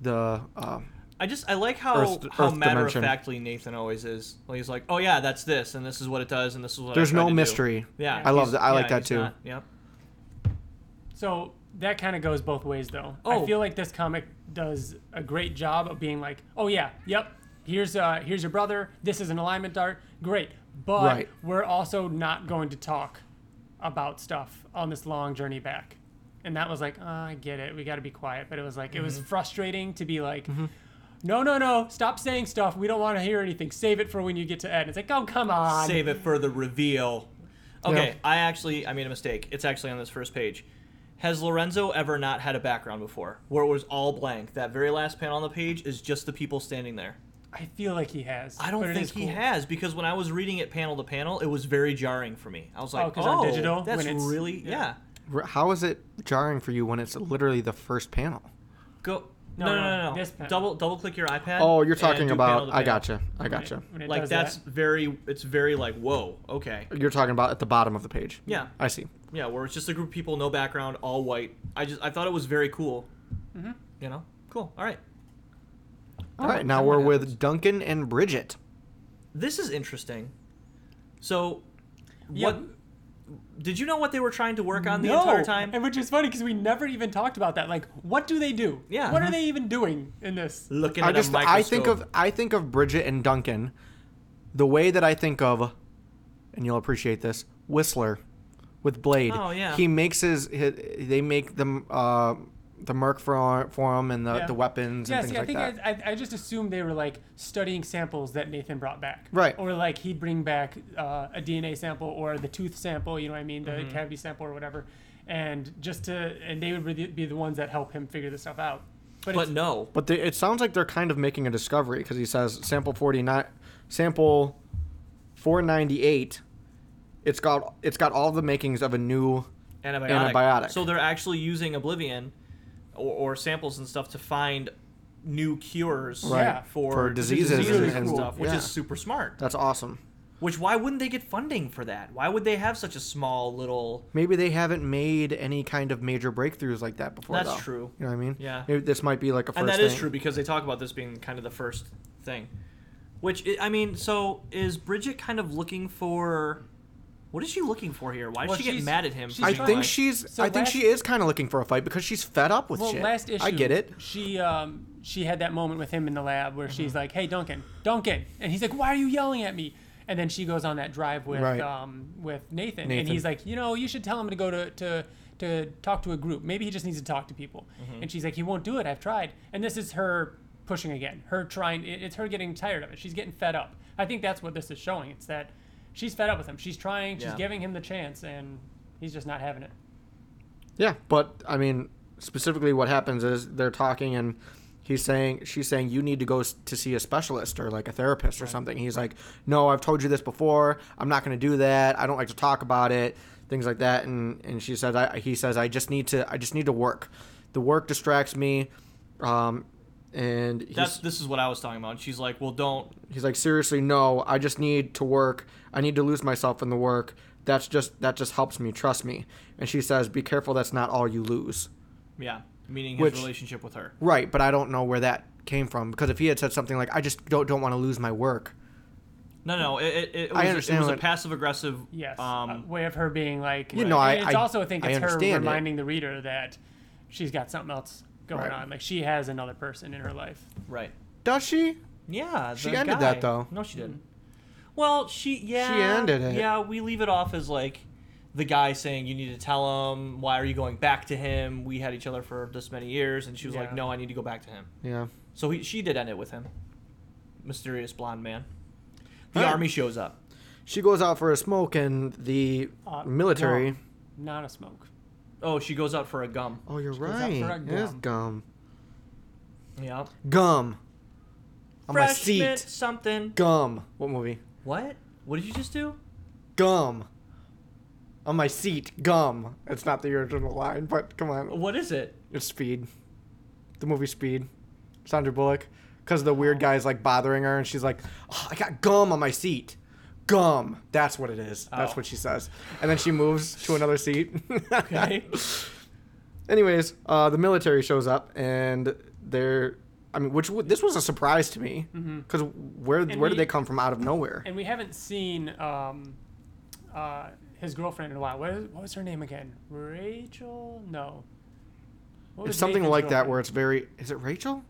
the." Uh,
Mm-hmm. I just I like how
Earth-
how
Earth
matter
dimension.
of factly Nathan always is. Like he's like, oh yeah, that's this, and this is what it does, and this is what. I
there's
tried
no
to do."
mystery.
Yeah,
I love
he's-
that. I like
yeah,
that
he's
too.
not- yep.
So that kind of goes both ways, though.
Oh.
I feel like this comic does a great job of being like, oh yeah, yep, here's uh, here's your brother. This is an alignment dart. Great, but
Right.
we're also not going to talk about stuff on this long journey back. and that was like, uh, I get it. We got to be quiet. But it was like, it
Mm-hmm.
was frustrating to be like, no, no, no, stop saying stuff. We don't want to hear anything. Save it for when you get to Ed. It's like, oh, come on.
Save it for the reveal. Okay,
Yeah.
I actually I made a mistake. It's actually on this first page. Has Lorenzo ever not had a background before, where it was all blank? That very last panel on the page is just the people standing there.
I feel like he has.
I don't
but it
think
is
he
cool.
has because when I was reading it panel to panel, it was very jarring for me. I was like,
Oh,
oh,
'cause on digital,
that's
when it's-
really
yeah.
yeah.
R- How is it jarring for you when it's literally the first panel?
Go
No,
no no
no,
no, no.
this panel.
double double click your iPad.
Oh, you're
and
talking
do panel
about. I
to panel.
gotcha. I
When it-
gotcha.
when it
Like
does
that's
that.
very it's very like whoa okay
You're talking about at the bottom of the page.
Yeah.
I see.
yeah where it's just a group of people no background all white. I just I thought it was very cool.
Mm-hmm.
You know, cool. All right.
All right, now we're with Duncan and Bridget.
This is interesting. So,
Yeah.
what did you know what they were trying to work on the
no.
entire time?
And which is funny because we never even talked about that. Like, what do they do?
Yeah. Uh-huh.
What are they even doing in this?
Looking
I
at
just
a microscope.
I think of I think of Bridget and Duncan the way that I think of and you'll appreciate this Whistler with Blade.
Oh, yeah.
He makes his, his they make the uh, the merc for, for him and the,
Yeah.
the weapons
Yeah,
and things
see, I
like
think
that.
I, I, I just assumed they were like studying samples that Nathan brought back.
Right.
Or like he'd bring back uh, a DNA sample or the tooth sample, you know what I mean, the
Mm-hmm.
cavity sample or whatever. And just to, and they would be the- be the ones that help him figure this stuff out. But,
but
it's,
no.
But they, it sounds like they're kind of making a discovery because he says sample forty nine, sample four ninety eight. It's got it's got all the makings of a new.
antibiotic.
Antibiotic.
So they're actually using Oblivion or, or samples and stuff to find new cures
Right.
Yeah.
for,
For diseases
and-
and
and-
stuff, which
yeah.
is super smart.
That's awesome.
Which why wouldn't they get funding for that? Why would they have such a small little?
Maybe they haven't made any kind of major breakthroughs like that before.
That's
though.
true.
You know what I mean?
Yeah.
Maybe this might be like a first.
and that is
thing.
true because they talk about this being kind of the first thing. Which I I mean, so is Bridget kind of looking for? What is she looking for here? Why did
Well,
she get
she's-
mad at him?
she's
for
I
being
trying-
think
like-
she's.
So
I think she
last-
is kind of looking for a fight because she's fed up with
well,
shit.
last issue,
I get it.
She, um, she had that moment with him in the lab where
Mm-hmm.
she's like, "Hey, Duncan, Duncan," and he's like, "Why are you yelling at me?" And then she goes on that drive with
Right.
um, with Nathan, and
Nathan.
he's like, "You know, you should tell him to go to to." To talk to a group, maybe he just needs to talk to people.
Mm-hmm.
And she's like, "He won't do it. I've tried." And this is her pushing again. Her trying. it- It's her getting tired of it. She's getting fed up. I think that's what this is showing. It's that she's fed up with him. She's trying. She's
Yeah.
giving him the chance, and he's just not having it.
Yeah, but I mean, specifically, what happens is they're talking, and he's saying, she's saying, you need to go s- to see a specialist or like a therapist or something. He's like, no, I've told you this before. I'm not going to do that. I don't like to talk about it. Things like that. And and she says, I, he says, I just need to, I just need to work. The work distracts me. Um, and he's,
That's this is what I was talking about. And she's like, "Well, don't
he's like, seriously, no, I just need to work. I need to lose myself in the work. That's just that just helps me. Trust me. And she says, be careful. That's not all you lose.
Yeah, meaning his
Which-
relationship with her.
Right, but I don't know where that came from because if he had said something like, "I just don't don't want to lose my work,"
No, no, it, it, it
I
was, it
understand
was a
what-
passive aggressive.
Yes. uh,
Um,
a way of her being like,
You know, I-
and it's
I-
also I think
I
it's her
understand it.
reminding the reader that she's got something else going
Right.
on. Like she has another person in her life.
right.
does she?
Yeah.
She
the
ended
guy.
that, though.
No, she didn't. Well, she yeah.
ended it.
Yeah, we leave it off as like the guy saying you need to tell him why are you going back to him? We had each other for this many years, and she was like,
Yeah.
no, I need to go back to him.
Yeah.
So he, she did end it with him. Mysterious blonde man. The
Huh.
army shows up.
She goes out for a smoke, and the
Uh,
military.
no, not a smoke.
Oh, she goes out for a gum.
Oh, you're
goes out
right.
for a
It is
gum.
gum.
Yeah.
Gum. On my
Freshman
seat.
something.
Gum. What movie?
What? What did you just do?
Gum. On my seat. Gum. It's not the original line, but come on.
What is it?
It's Speed. The movie Speed. Sandra Bullock. Because the weird guy's like bothering her, and she's like, oh, I got gum on my seat. Gum. That's what it is. That's
Oh.
what she says. And then she moves to another seat.
Okay.
[laughs] Anyways, uh, the military shows up, and they're. I mean, which w- this was a surprise to me, because where where
we-
did they come from out of nowhere?
And we haven't seen um, uh, his girlfriend in a while. What, is, what was her name again? Rachel? No. What
It's
was
something
Nathan's
like that
girlfriend?
where it's very. Is it Rachel?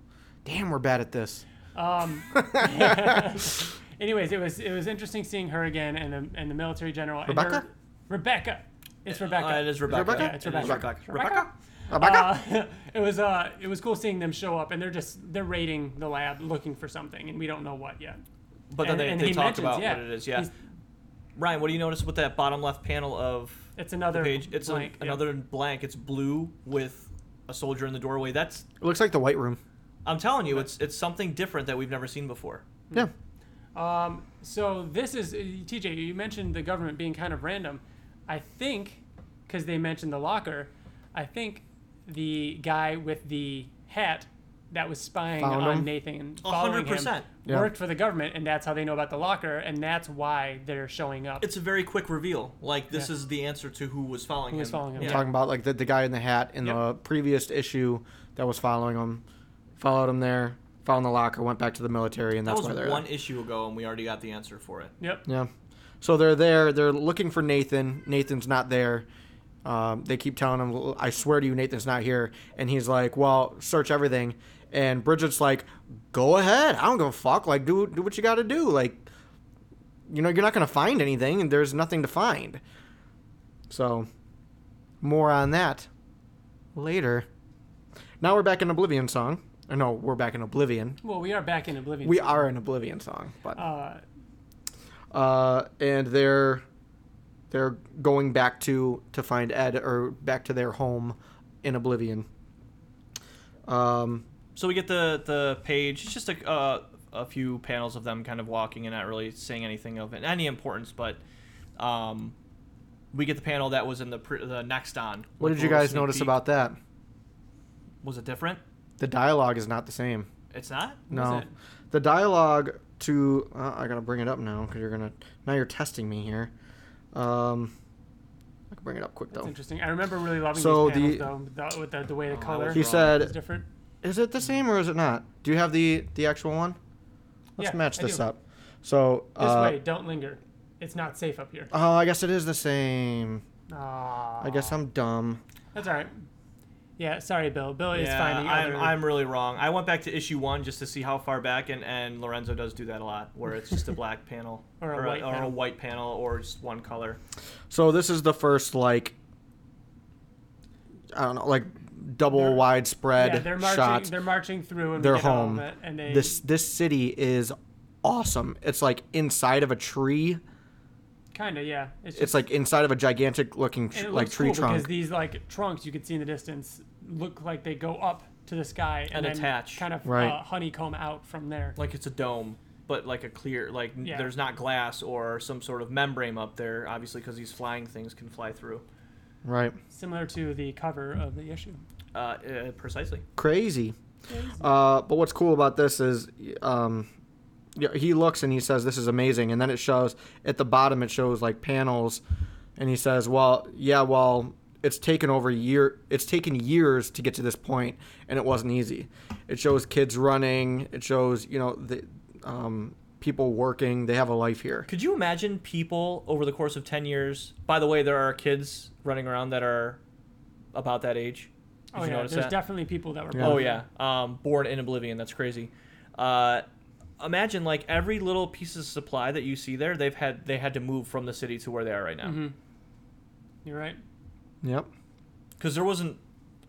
Damn, we're bad at this. [laughs]
Um, [laughs] anyways, it was it was interesting seeing her again and the and the military general. and her-
Rebecca?
Rebecca. It's Rebecca.
Uh, it is Rebecca.
Rebecca?
Yeah, it's
It is
Rebecca.
Rebecca.
Rebecca?
Uh, [laughs] it was uh, it was cool seeing them show up, and they're just they're raiding the lab looking for something, and we don't know what yet.
But then
And-
they,
and
they
he
talk
mentions,
about
yeah,
what it is. Yeah.
he's-
Ryan, what do you notice with that bottom left panel of
It's
the
another
page? It's a-
blank, yeah.
another blank. It's blue with a soldier in the doorway. That's
It looks like the White Room.
I'm telling you, it's it's something different that we've never seen before.
Yeah.
Um, so this is uh, TJ. You mentioned the government being kind of random. I think because they mentioned the locker, I think the guy with the hat that was spying
Found
on
him?
Nathan and
A hundred
following him
percent.
Yeah.
worked for the government, and that's how they know about the locker, and that's why they're showing up.
It's a very quick reveal. Like this
Yeah.
is the answer to who was following
Who
him.
was following him,
Yeah.
Talking about like the, the guy in the hat in the previous issue that was following him, followed him there, found the locker, went back to the military, and
That
that's
was
why they're
one
there.
issue ago, and we already got the answer for it.
yep.
Yeah. So they're there. They're looking for Nathan. Nathan's not there. Um, they keep telling him, "Well, "I swear to you, Nathan's not here." And he's like, "Well, search everything." And Bridget's like, "Go ahead. I don't give a fuck. Like, do do what you got to do. Like, you know, you're not gonna find anything, and there's nothing to find." So, more on that later. Now we're back in Oblivion song. Or no, we're back in Oblivion.
Well, we are back in Oblivion.
We are in Oblivion song, but
Uh,
uh, and they're they're going back to to find Ed or back to their home in Oblivion. Um,
So we get the the page. It's just a uh, a few panels of them kind of walking and not really saying anything of any importance, but um, we get the panel that was in the pre- the next on.
what
Like
did you
a little
guys
sneak
notice
peek.
about that?
Was it different?
The dialogue is not the same.
It's not.
No,
it?
the dialogue to uh, I gotta bring it up now because you're gonna now you're testing me here. Um, I can bring it up quick
That's
though.
interesting. I remember really loving
So
these panels,
the-
though, the, with the, the way the
Oh, that
color
was He
was
said-
different.
Is it
mm-hmm.
the same or is it not? Do you have the the actual one? Let's
Yeah,
match
I
this
do.
up. So
This
uh,
way, don't linger. It's not safe up here.
Oh, I guess it is the same. I guess I'm dumb.
That's all right. Yeah, sorry, Bill. Bill is finding
I'm,
other-
I'm really wrong. I went back to issue one just to see how far back, and, and Lorenzo does do that a lot, where
[laughs]
it's just a black panel
Or a white
or a
panel.
white panel or just one color.
So this is the first like I don't know, like double
They're-
widespread
yeah, they're marching.
shot.
They're marching through and
They're
we get all of
home.
it, and they
This this city is awesome. It's like inside of a tree.
kind of yeah. It's, just,
It's like inside of a gigantic looking tr-
and it
like
looks
tree
cool
trunk.
because these like trunks you could see in the distance look like they go up to the sky and,
And
then
attach.
kind of
Right.
uh, honeycomb out from there.
Like it's a dome, but like a clear, like n
Yeah.
there's not glass or some sort of membrane up there, obviously, because these flying things can fly through.
right.
Similar to the cover of the issue.
Uh, uh, precisely.
Crazy. Uh, but what's cool about this is um, yeah, he looks and he says this is amazing and then it shows at the bottom it shows like panels and he says well yeah well it's taken over year it's taken years to get to this point and it wasn't easy it shows kids running it shows you know the um, people working they have a life here
Could you imagine people over the course of 10 years? By the way, there are kids running around that are about that age. Did
Oh
you
yeah,
notice
there's
that?
definitely people that were.
Yeah.
born-
Oh yeah, um, born in oblivion. That's crazy. Uh, imagine like every little piece of supply that you see there, they've had they had to move from the city to where they are right
Mm-hmm.
now
Oh,
You're right.
yep
because there wasn't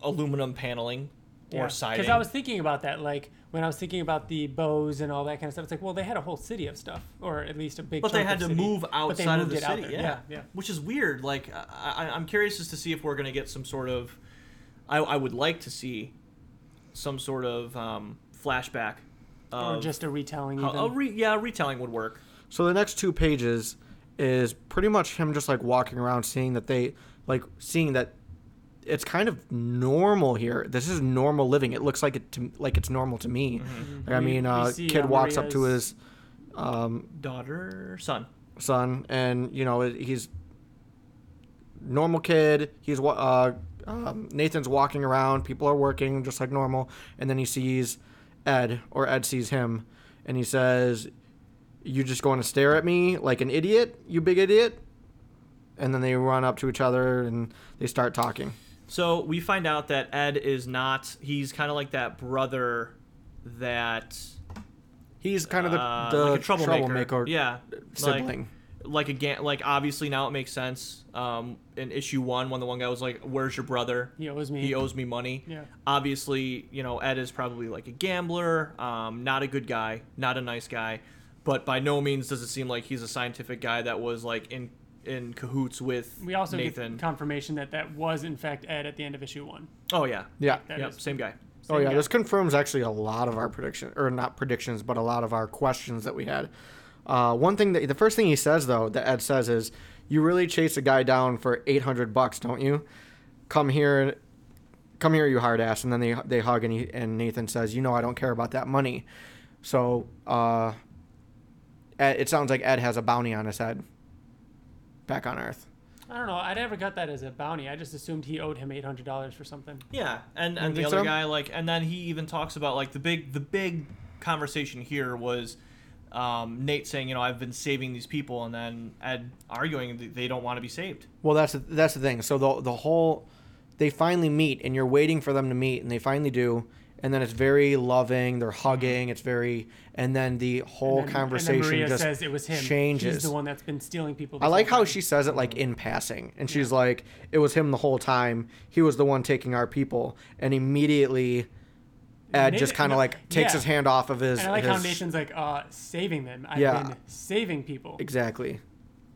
aluminum paneling or siding.
Because I was thinking about that, like when I was thinking about the bows and all that kind of stuff. It's like, well, they had a whole city of stuff, or at least a big.
but they
chunk
had
of
to
city,
move
but they
outside of
moved
the
it out
city.
there.
yeah.
yeah,
which is weird. Like I, I, I'm curious just to see if we're gonna get some sort of. I, I would like to see some sort of um, flashback.
yeah.
Of
or just a retelling.
how,
even.
a re, yeah, retelling would work.
So the next two pages is pretty much him just like walking around, seeing that they like seeing that it's kind of normal here. This is normal living. It looks like it to, like it's normal to me. Like, I
We-
mean,
we
uh,
see,
kid
uh,
walks up to
Maria's-
his um,
Daughter, son.
son, and you know he's normal kid. He's wa- uh, um, Nathan's walking around. People are working just like normal, and then he sees Ed, or Ed sees him, and he says, "You just going to stare at me like an idiot, you big idiot." And then they run up to each other and they start talking.
So we find out that Ed is not. He's kind of like that brother that
He's kind of the,
uh,
the
like a troublemaker.
troublemaker,
yeah, like-
sibling.
like again, like obviously now it makes sense. Um, in issue one, when the one guy was like, "Where's your brother?"
He owes me.
He owes me money.
Yeah.
Obviously, you know Ed is probably like a gambler, um, not a good guy, not a nice guy, but by no means does it seem like he's a scientific guy that was like in in cahoots with
we also
Nathan.
get confirmation that that was in fact Ed at the end of issue one.
oh yeah.
Yeah.
That
Yep.
is-
Same guy.
Oh
Same
yeah,
guy.
this confirms actually a lot of our prediction or not predictions, but a lot of our questions that we had. Uh, one thing that the first thing he says though that Ed says is, "You really chase a guy down for eight hundred bucks, don't you? Come here, come here, you hard ass." And then they they hug and he, and Nathan says, "You know I don't care about that money." So uh, Ed, it sounds like Ed has a bounty on his head. Back on Earth.
I don't know. I never got that as a bounty. I just assumed he owed him eight hundred dollars for something.
Yeah, and and the
think
other
so?
guy like, and then he even talks about like the big the big conversation here was um, Nate saying, you know, I've been saving these people, and then Ed arguing that they don't want to be saved.
Well, that's the, that's the thing. So the the whole they finally meet, and you're waiting for them to meet, and they finally do, and then it's very loving. They're hugging. It's very, and then the whole
Mm-hmm. And then- and then
conversation
Maria
just
says it was him.
changes.
He's the one that's been stealing people.
I
this
like
whole
how
time.
she says it like in passing, and she's like, "It was him the whole time. He was the one taking our people," and immediately. Ed
Nathan-
just kind of
no,
like takes
yeah.
his hand off of his.
And I like how
his-
Nathan's like, uh, saving them. I've
Yeah.
been saving people.
Exactly.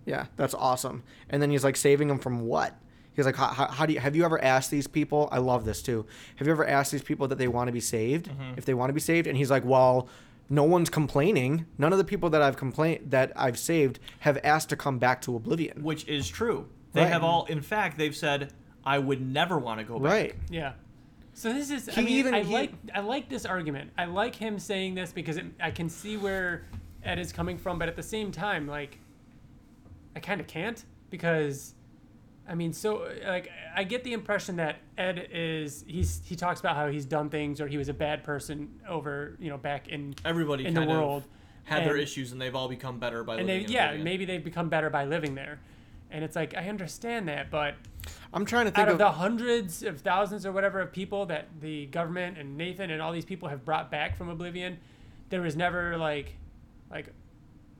Yeah, that's awesome. And then he's like saving them from what? He's like, how, how, how do you have you ever asked these people? I love this too. Have you ever asked these people that they want to be saved?
Mm-hmm.
If they want to be saved, and he's like, well, no one's complaining. None of the people that I've complained that I've saved have asked to come back to oblivion.
which is true. They
Right.
have all, in fact, they've said, "I would never want to go back."
Right.
Yeah. So this is. I
He
mean,
even-
I
he-
like I like this argument. I like him saying this because it, I can see where Ed is coming from, but at the same time, like, I kind of can't because, I mean, so like I get the impression that Ed is he's he talks about how he's done things or he was a bad person over you know back in
Everybody
in the
kind of
world
had their
And-
issues, and they've all become better by
and they
living. in
yeah
oblivion.
maybe they've become better by living there, and it's like I understand that, but
I'm trying to think
out
of
of the hundreds of thousands or whatever of people that the government and Nathan and all these people have brought back from oblivion, there was never like like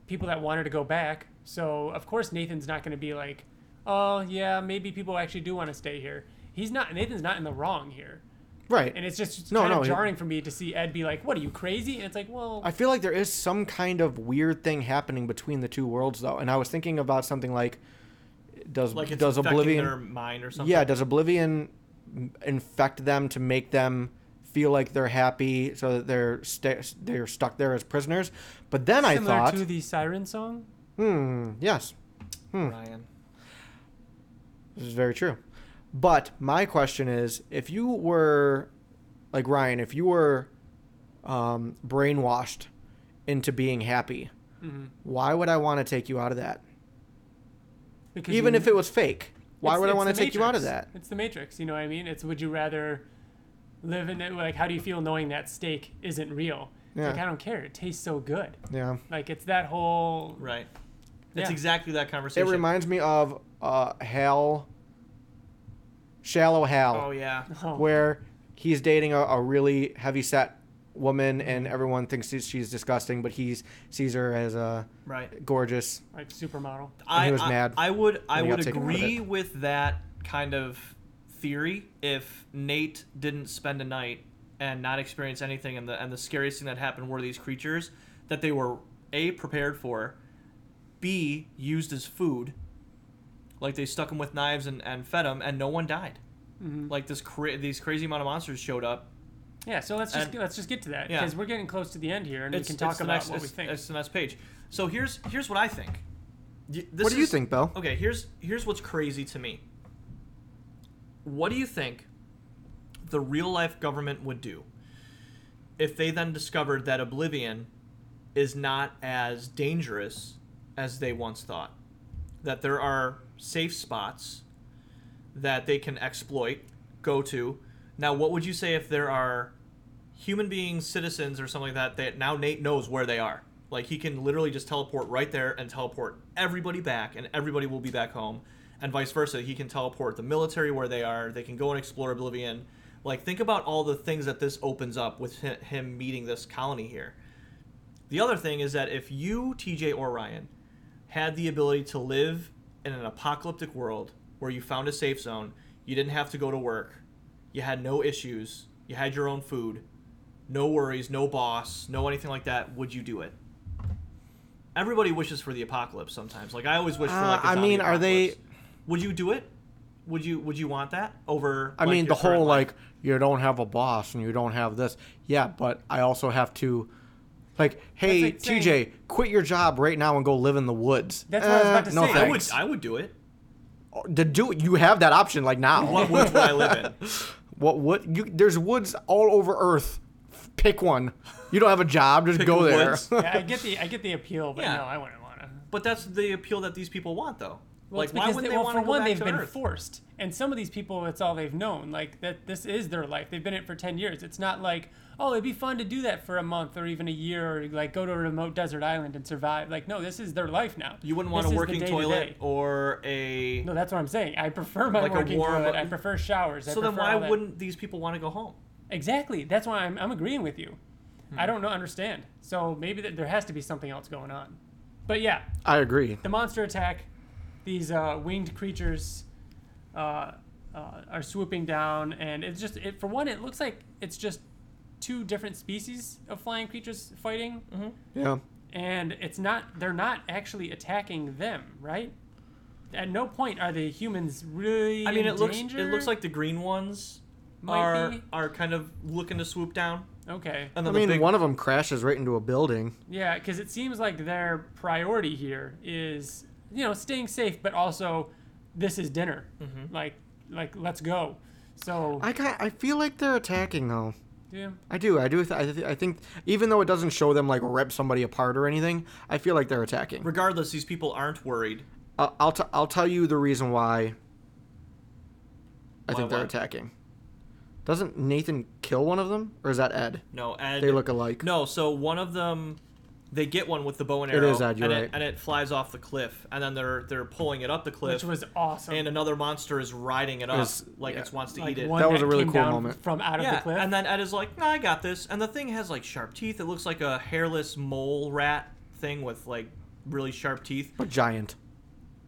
people that wanted to go back. So of course Nathan's not going to be like, "Oh, yeah, maybe people actually do want to stay here." He's not Nathan's not in the wrong here.
right.
And it's just
No,
kind
no,
of
it-
jarring for me to see Ed be like, "What are you crazy?" And it's like, "Well,
I feel like there is some kind of weird thing happening between the two worlds though, and I was thinking about something like, does
like it's
does
does
oblivion
their mind or something.
Yeah, does Oblivion m- infect them to make them feel like they're happy so that they're st- they're stuck there as prisoners? But then I
similar
thought,
to the siren song."
hmm, yes, Hmm,
Ryan.
this is very true. But my question is, if you were like Ryan, if you were um, brainwashed into being happy, why would I want to take you out of that?
Because
Even
you-
if it was fake, why
It's-
would I
it's
want to
the
take you out of
Matrix.
that?
It's the Matrix. You know what I mean? It's would you rather live in it? Like, how do you feel knowing that steak isn't real? It's
Yeah.
Like, I don't care. It tastes so good.
Yeah.
Like, it's that whole.
Right. It's
Yeah.
exactly that
It
conversation.
reminds me of uh, Hal, Shallow Hal.
Oh yeah.
Oh,
where he's dating a, a really heavy set woman and everyone thinks she's- she's disgusting, but he sees her as a
Right.
gorgeous.
like supermodel.
And
I,
he was
I-
mad
I would I
when he got
would
taken out of
agree
it.
with that kind of theory if Nate didn't spend a night and not experience anything and the and the scariest thing that happened were these creatures that they were A prepared for, B used as food. Like they stuck them with knives and, and fed them and no one died.
Mm-hmm.
Like this cra- these crazy amount of monsters showed up.
Yeah. So let's just
And-
let's just get to that
Yeah.
because we're getting close to the end here, and we
It's-
can talk
it's the
about
next-
what we
it's-
think.
It's the next page. So here's here's what I think. Y- this
what do you
is-
think, Bill?
okay here's here's what's crazy to me what do you think the real life government would do if they then discovered that oblivion is not as dangerous as they once thought that there are safe spots that they can exploit go to now what would you say if there are human beings citizens or something like that that now nate knows where they are like he can literally just teleport right there and teleport everybody back and everybody will be back home and vice versa he can teleport the military where they are they can go and explore oblivion like think about all the things that this opens up with hi- him meeting this colony here the other thing is that if you tj or ryan had the ability to live in an apocalyptic world where you found a safe zone, you didn't have to go to work, you had no issues, you had your own food, no worries, no boss, no anything like that, would you do it? Everybody wishes for the apocalypse sometimes. Like I always wish for
Uh,
like. a
I
zombie
mean, are they-
apocalypse. Would you do it? Would you Would you want that over?
I
like,
mean,
your
the
current
whole
life?
like you don't have a boss and you don't have this. Yeah, but I also have to, like, hey
like saying-
TJ, quit your job right now and go live in the woods.
That's what I was
Eh,
about to
no
say.
I
Thanks.
would. I would do it.
to do you have that option like now.
What woods would I live
[laughs]
in?
What wood? You there's woods all over Earth. Pick one. You don't have a job. Just
Pick
go
a
there.
woods.
yeah, I get the I get the appeal, but
Yeah.
no, I wouldn't want to.
But that's the appeal that these people want, though.
Well,
like,
it's
why
because
wouldn't
they-
they,
well,
want
for
to go
one,
back
they've
to
been
Earth?
forced, and some of these people, it's all they've known. Like that, this is their life. They've been in it for ten years. It's not like, oh, it'd be fun to do that for a month or even a year, or like go to a remote desert island and survive. Like, no, this is their life now.
You wouldn't
This
want
is
a
the
working
day-to-day.
toilet or a.
No, that's what I'm saying. I prefer my
Like a
working
warm-
toilet. I prefer showers. I
so then,
prefer
why
all that.
wouldn't these people want to go home?
Exactly. That's why I'm, I'm agreeing with you. I
Hmm.
don't know, understand. So maybe th- there has to be something else going on. But yeah,
[laughs] I agree.
the monster attack. These uh, winged creatures uh, uh, are swooping down, and it's just it, for one, it looks like it's just two different species of flying creatures fighting,
Mm-hmm.
Yeah.
and it's not they're not actually attacking them, right? At no point are the humans really.
I mean,
in
it looks.
danger?
It looks like the green ones
Might
are
be.
are kind of looking to swoop down.
okay,
And
I
then
mean,
the big,
one of them crashes right into a building.
Yeah, because it seems like their priority here is, you know, staying safe, but also, this is dinner.
Mm-hmm.
Like, like let's go. So,
I got, I feel like they're attacking though.
yeah,
I do. I do. Th- I, th- I think even though it doesn't show them like rip somebody apart or anything, I feel like they're attacking.
Regardless, these people aren't worried.
I'll I'll, t- I'll tell you the reason why. I
Why
think they're
what?
attacking. Doesn't Nathan kill one of them, or is that Ed?
No, Ed.
They look alike.
No, so one of them, they get one with the bow and
It
arrow.
is Ed, you're
and
right.
It, and it flies off the cliff, and then they're they're pulling it up the cliff,
which was awesome.
and another monster is riding it up
Is-
like
yeah.
it wants to
like
eat it.
one
That was a really
came
cool
down
moment.
from out of
yeah,
the cliff.
and then Ed is like, "Nah, I got this." And the thing has like sharp teeth. It looks like a hairless mole rat thing with like really sharp teeth.
But giant.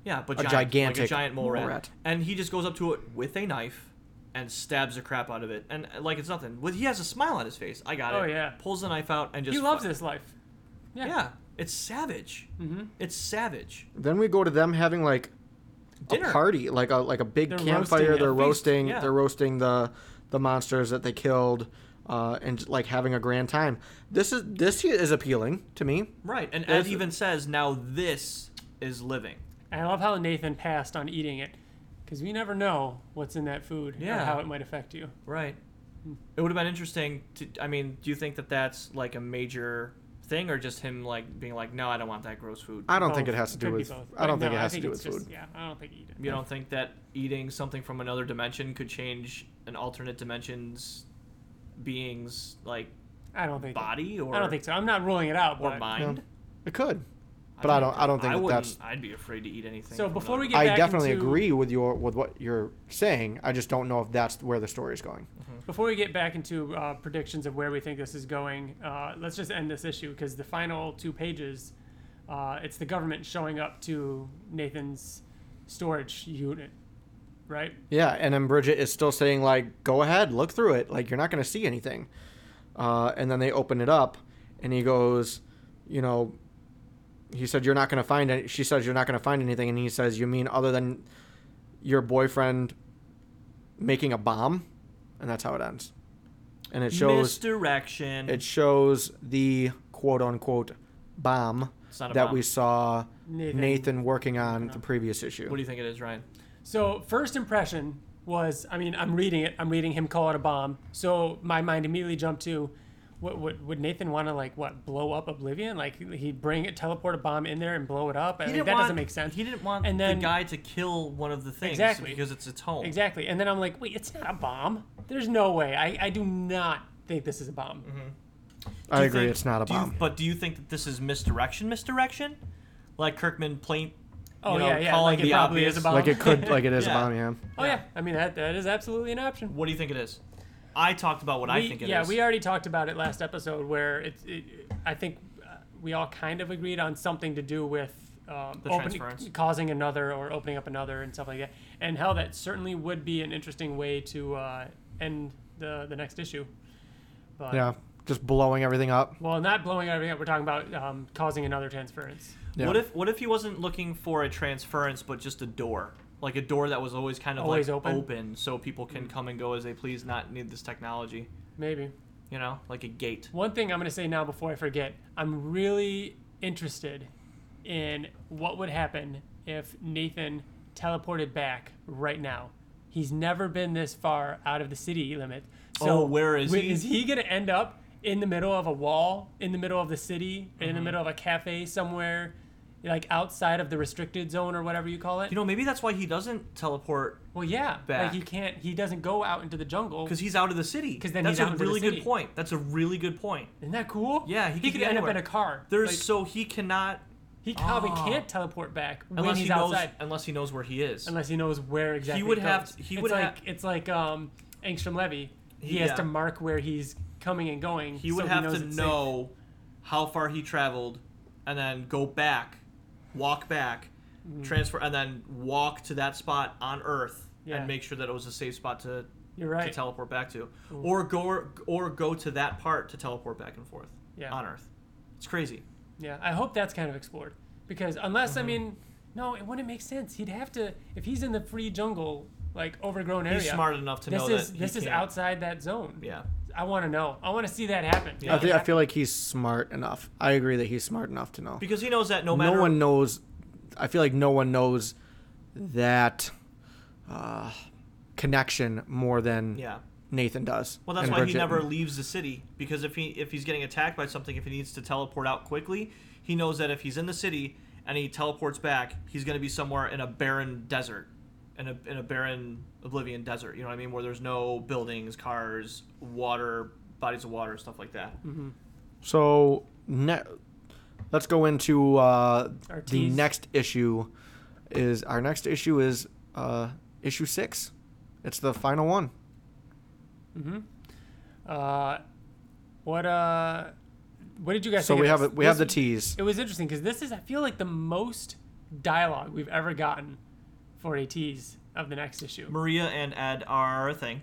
Yeah, but
A
giant, like a
gigantic
giant mole
mole
rat.
rat.
And he just goes up to it with a knife and stabs the crap out of it. And uh, like it's nothing. Well, he has a smile on his face. I got
Oh,
it.
yeah.
Pulls the knife out and just
he loves
fuck-
this life. Yeah.
Yeah, it's savage. Mm-hmm. It's savage.
Then we go to them having like
Dinner.
a party, like a like a big
They're roasting
campfire.
it.
They're
A feast,
roasting.
yeah.
They're roasting the the monsters that they killed, uh, and just, like having a grand time. This is this here is appealing to me.
Right. And Ed
There's-
even says, "Now this is living."
And I love how Nathan passed on eating it, because we never know what's in that food
Yeah.
or how it might affect you.
Right.
Hmm.
It would have been interesting to I mean, do you think that that's like a major thing or just him like being like, "No, I don't want that gross food."
I don't
Both.
think it has to do
Could be
with.
both.
I don't
But
think
no,
it has
I think
to do
it's
with
just-
food.
Yeah, I don't think eat it.
You don't think that eating something from another dimension could change an alternate dimension's being's like
I don't think.
body or
I don't think so. I'm not ruling it out.
or
but-
mind?
Yeah. It could, but I don't. I don't think that
wouldn't-
that's.
I'd be afraid to eat anything.
So
from
before we
another-
get back
I definitely
into-
agree with your with what you're saying. I just don't know if that's where the story's going.
Before we get back into uh, predictions of where we think this is going, uh, let's just end this issue because the final two pages, uh, it's the government showing up to Nathan's storage unit, right?
Yeah, and then Bridget is still saying like, "Go ahead, look through it. Like you're not going to see anything." Uh, and then they open it up, and he goes, "You know," he said, "You're not going to find any." She says, "You're not going to find anything," and he says, "You mean other than your boyfriend making a bomb?" And that's how it ends. And it shows
misdirection,
it shows the quote unquote bomb
It's not
that
a bomb.
we saw
Nathan-
Nathan, working on the previous issue.
what do you think it is, Ryan?
So first impression was, I mean, I'm reading it. I'm reading him call it a bomb. So my mind immediately jumped to, what, what would Nathan want to like? What blow up Oblivion? Like he bring it, teleport a bomb in there and blow it up? I mean, that doesn't make sense.
He didn't want
And then
the guy to kill one of the things
Exactly.
because it's its home.
Exactly. And then I'm like, wait, it's not a bomb. There's no way. I, I do not think this is a bomb.
Mm-hmm.
I
Do you
agree,
think-
it's not a
do you-
bomb.
but do you think that this is misdirection? Misdirection, like Kirkman plain.
Oh,
you know,
yeah, yeah,
Calling
like it
the
probably
obvious.
is a bomb.
like it could, like it is
[laughs] Yeah.
a bomb, yeah.
Oh, yeah. I mean, that, that is absolutely an option.
What do you think it is? I talked about what I
We-
think it is.
yeah, we already talked about it last episode where it's. It, I think uh, we all kind of agreed on something to do with um,
The
open-
transference.
causing another or opening up another and stuff like that. And hell, that certainly would be an interesting way to uh, end the the next issue. But,
Yeah, just blowing everything up.
Well, not blowing everything up. We're talking about um, causing another transference.
Yeah.
What if what if he wasn't looking for a transference, but just a door, like a door that was always kind of
Always
like
open? Mm.
so people can come and go as they please, not need this technology.
Maybe.
You know, like a gate.
One thing I'm going to say now before I forget, I'm really interested in what would happen if Nathan teleported back right now. He's never been this far out of the city limit. So
Oh, where is
wi-
he?
Is he going to end up in the middle of a wall, in the middle of the city, in
Mm-hmm.
the middle of a cafe somewhere, like outside of the restricted zone or whatever you call it?
You know, maybe that's why he doesn't teleport
well, yeah.
back.
Like you can't. He doesn't go out into the jungle.
because he's out of the city.
'Cause then
that's
he's
a
out of the
really
city.
good point. That's a really good point.
Isn't that cool?
Yeah, he
he, could
could be
end up in
anywhere.
a car.
There's
Like,
so he cannot
He probably
Ah.
can't teleport back when
unless
he's
he knows
outside,
unless he knows where he is.
unless he knows where exactly.
would
it
have
goes.
to- he
it's
would
like
ha-
it's like um, Angstrom Levy. He has
Yeah.
to mark where he's coming and going.
he would
so
have
knows
to
it's safe.
know how far he traveled and then go back walk back
Mm-hmm.
transfer and then walk to that spot on earth
Yeah.
and make sure that it was a safe spot to,
You're right.
to teleport back to or go or go to that part to teleport back and forth
Yeah.
on earth it's crazy
Yeah, I hope that's kind of explored because unless
Mm-hmm.
I mean, no, it wouldn't make sense. He'd have to if he's in the free jungle, like overgrown area.
he's smart enough to
This
know
is
that he
this is
can't-
outside that zone.
yeah
I want to know. I want to see that happen.
Yeah.
I think I feel like he's smart enough. I agree that he's smart enough to know.
because he knows that no matter
no one knows. I feel like no one knows that uh, connection more than
yeah
Nathan does.
Well, that's
and
why he
Bridget.
never leaves the city because if he if he's getting attacked by something, if he needs to teleport out quickly, he knows that if he's in the city and he teleports back, he's going to be somewhere in a barren desert, in a in a barren oblivion desert. You know what I mean? Where there's no buildings, cars, water, bodies of water, stuff like that.
Mm-hmm.
So ne- let's go into uh,
Our
the
teas.
next issue. Is our next issue is uh, issue six? It's the final one.
Mm-hmm. Uh, what uh, what did you guys?
So
think
we
of
have
this?
it. We have the
This-
tease.
It was interesting because this is I feel like the most dialogue we've ever gotten for a tease of the next issue.
Maria and Ed are a thing.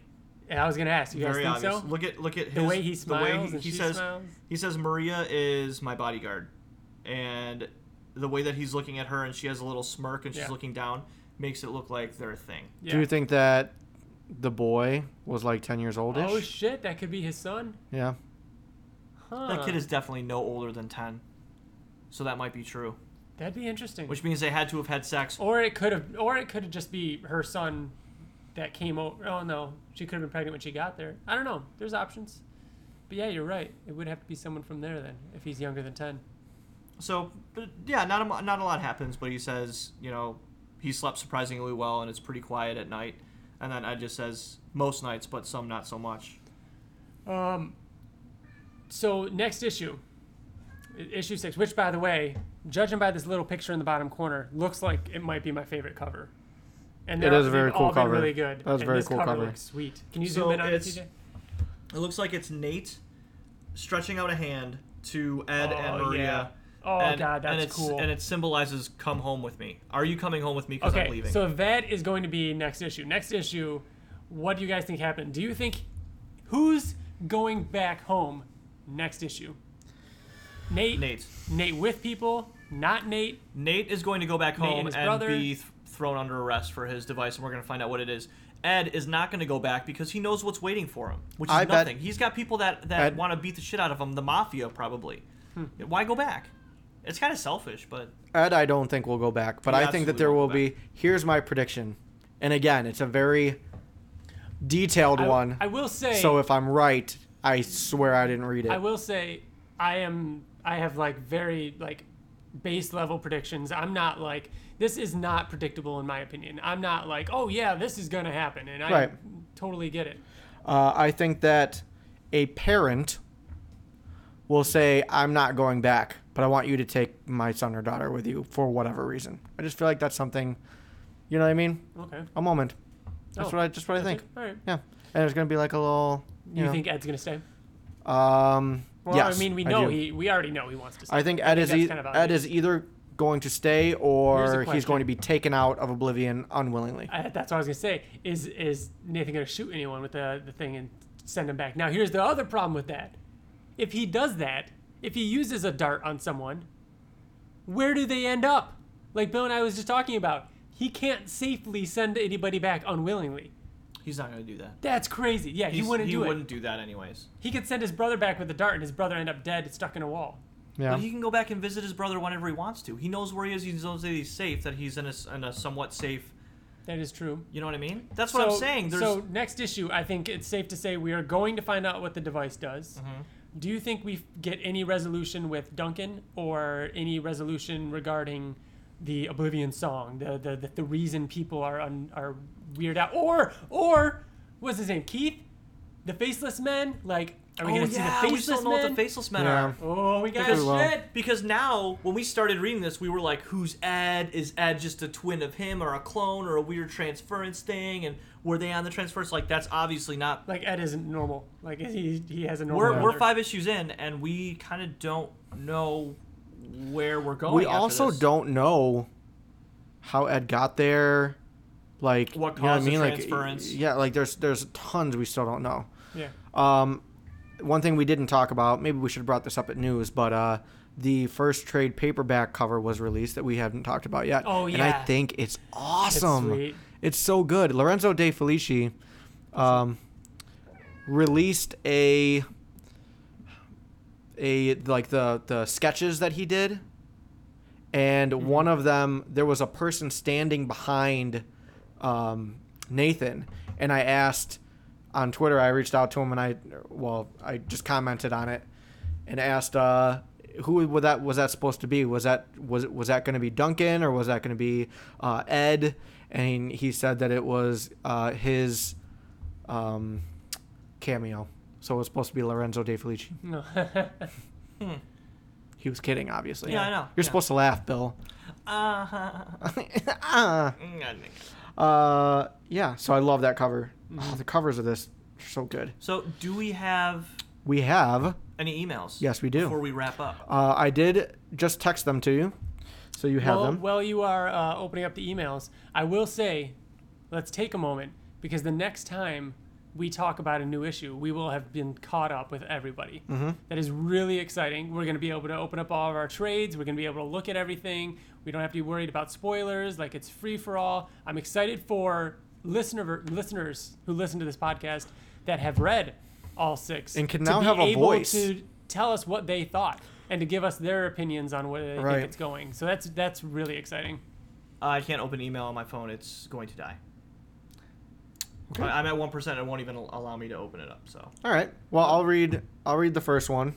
And I was gonna ask you guys
Very
think
obvious.
so.
Look at look at his,
the way he
the way
smiles
he,
and
he
she
says
smiles.
He says Maria is my bodyguard, and the way that he's looking at her and she has a little smirk and she's
Yeah.
looking down makes it look like they're a thing.
Yeah.
Do you think that the boy was like ten years oldish?
Oh shit, that could be his son.
yeah.
Huh.
That kid is definitely no older than ten, so that might be true.
That'd be interesting.
Which means they had to have had sex.
or it could have, or it could have just be her son that came over. Oh no, she could have been pregnant when she got there. I don't know. There's options. But yeah, you're right. It would have to be someone from there then, if he's younger than ten.
So but yeah, not a, mo- not a lot happens, but he says you know he slept surprisingly well and it's pretty quiet at night. And then Ed just says most nights, but some not so much.
Um, so next issue, I- issue six, which by the way, judging by this little picture in the bottom corner, looks like it might be my favorite cover. And
It
they're-
is a very
they've
cool
all been
cover.
Really good.
That was a
and
very
this
cool cover.
Looks sweet. Can you
So
zoom in on it,
it's-
TJ?
It looks like it's Nate stretching out a hand to Ed and
Oh,
Maria.
yeah. Oh
and,
god, that's
and it's,
cool.
And it symbolizes "Come home with me." Are you coming home with me? Because I'm
okay,
leaving.
so that is going to be next issue. Next issue, what do you guys think happened? Do you think who's going back home next issue? Nate.
Nate,
Nate with people. Not Nate.
Nate is going to go back
Nate and
home
his
and
brother.
be th- thrown under arrest for his device, and we're going to find out what it is. Ed is not going to go back because he knows what's waiting for him, which is
I bet-
nothing. He's got people that
Ed-
that want to beat the shit out of him, the mafia probably.
Hmm.
Why go back? It's kind of selfish, but
Ed, I don't think will go back, but
He
I think that
absolutely
there will
won't go
be. Here's my prediction, and again, it's a very detailed
I-
one.
I, will say.
so if I'm right, I swear I didn't read it.
I will say I am I have like very like base level predictions. I'm not like this is not predictable in my opinion. I'm not like, oh yeah, this is gonna happen and I
Right.
totally get it.
Uh, I think that a parent will say, "I'm not going back, but I want you to take my son or daughter with you for whatever reason." I just feel like that's something, you know what I mean?
Okay.
A moment. That's
Oh,
what I just what I think.
All right.
Yeah, and there's gonna be like a little. You,
You
know,
think Ed's gonna stay?
Um.
Well,
yes,
I mean we
do.
know he we already know he wants to stay.
I think Ed is
that's
e-
kind of
Ed
obvious.
is either going to stay
Here's a
or he's
question.
going to be taken out of Oblivion unwillingly.
I, that's what I was gonna say. Is is Nathan gonna shoot anyone with the the thing and send him back? Now here's the other problem with that. If he does that, if he uses a dart on someone, where do they end up? Like Bill and I was just talking about, he can't safely send anybody back unwillingly.
He's not gonna do that.
That's crazy. Yeah, he
He's-
wouldn't
he
do
wouldn't
it.
do that anyways.
He could send his brother back with a dart, and his brother end up dead, stuck in a wall.
yeah.
But he can go back and visit his brother whenever he wants to. He knows where he is. He knows that he's safe. That he's in a, s- in a somewhat safe.
That is true.
You know what I mean? That's what I'm saying. There's
so next issue, I think it's safe to say we are going to find out what the device does.
Mm-hmm.
Do you think we get any resolution with Duncan or any resolution regarding the Oblivion song, the the, the, the reason people are un, are weird out, or or what's his name, Keith, the Faceless Men? Like, are we
oh
gonna
yeah,
see the
we still
Faceless
know what
Men?
the faceless men
Yeah.
are.
oh, we got
Because,
well.
shit.
because now, when we started reading this, we were like, who's Ed? Is Ed just a twin of him or a clone or a weird transference thing? And were they on the transference? Like, that's obviously not.
Like Ed isn't normal. Like he he has a normal.
We're, we're
brother.
five issues in, and we kind of don't know where we're going.
we
after
also
this.
don't know how Ed got there. Like
What
you know what I
caused the
mean? Like,
transference.
yeah, like there's there's tons we still don't know.
Yeah.
Um, one thing we didn't talk about, maybe we should have brought this up at news, but uh, the first trade paperback cover was released that we haven't talked about yet.
Oh,
and I
yeah.
think it's awesome.
sweet.
It's so good. Lorenzo De Felici, um, released a a like the the sketches that he did, and one of them there was a person standing behind um, Nathan, and I asked on Twitter. I reached out to him and I, well, I just commented on it and asked, uh, who was that? Was that supposed to be? Was that was was that going to be Duncan or was that going to be uh, Ed? And he said that it was uh, his um, cameo. So it was supposed to be Lorenzo De Felici.
No. [laughs]
Hmm.
He was kidding, obviously.
Yeah, I know.
You're
Yeah.
supposed to laugh, Bill. [laughs]
Uh-huh. [laughs]
Ah. Uh, yeah. So I love that cover.
Mm-hmm.
Oh, the covers of this are so good.
so, do we have
We have.
any emails?
Yes, we do.
Before we wrap up.
Uh, I did just text them to you, so you have
Well,
them.
while you are uh, opening up the emails, I will say, let's take a moment because the next time we talk about a new issue, we will have been caught up with everybody.
Mm-hmm.
That is really exciting. We're going to be able to open up all of our trades. We're going to be able to look at everything. We don't have to be worried about spoilers. Like it's free for all. I'm excited for listener listeners who listen to this podcast that have read all six
And can
to
now
be
have a
able
voice.
to tell us what they thought and to give us their opinions on where they
Right.
think it's going. So that's that's really exciting.
Uh, I can't open email on my phone. It's going to die. I- I'm at 1%. It won't even al- allow me to open it up. So,
All right. Well, I'll read. I'll read the first one.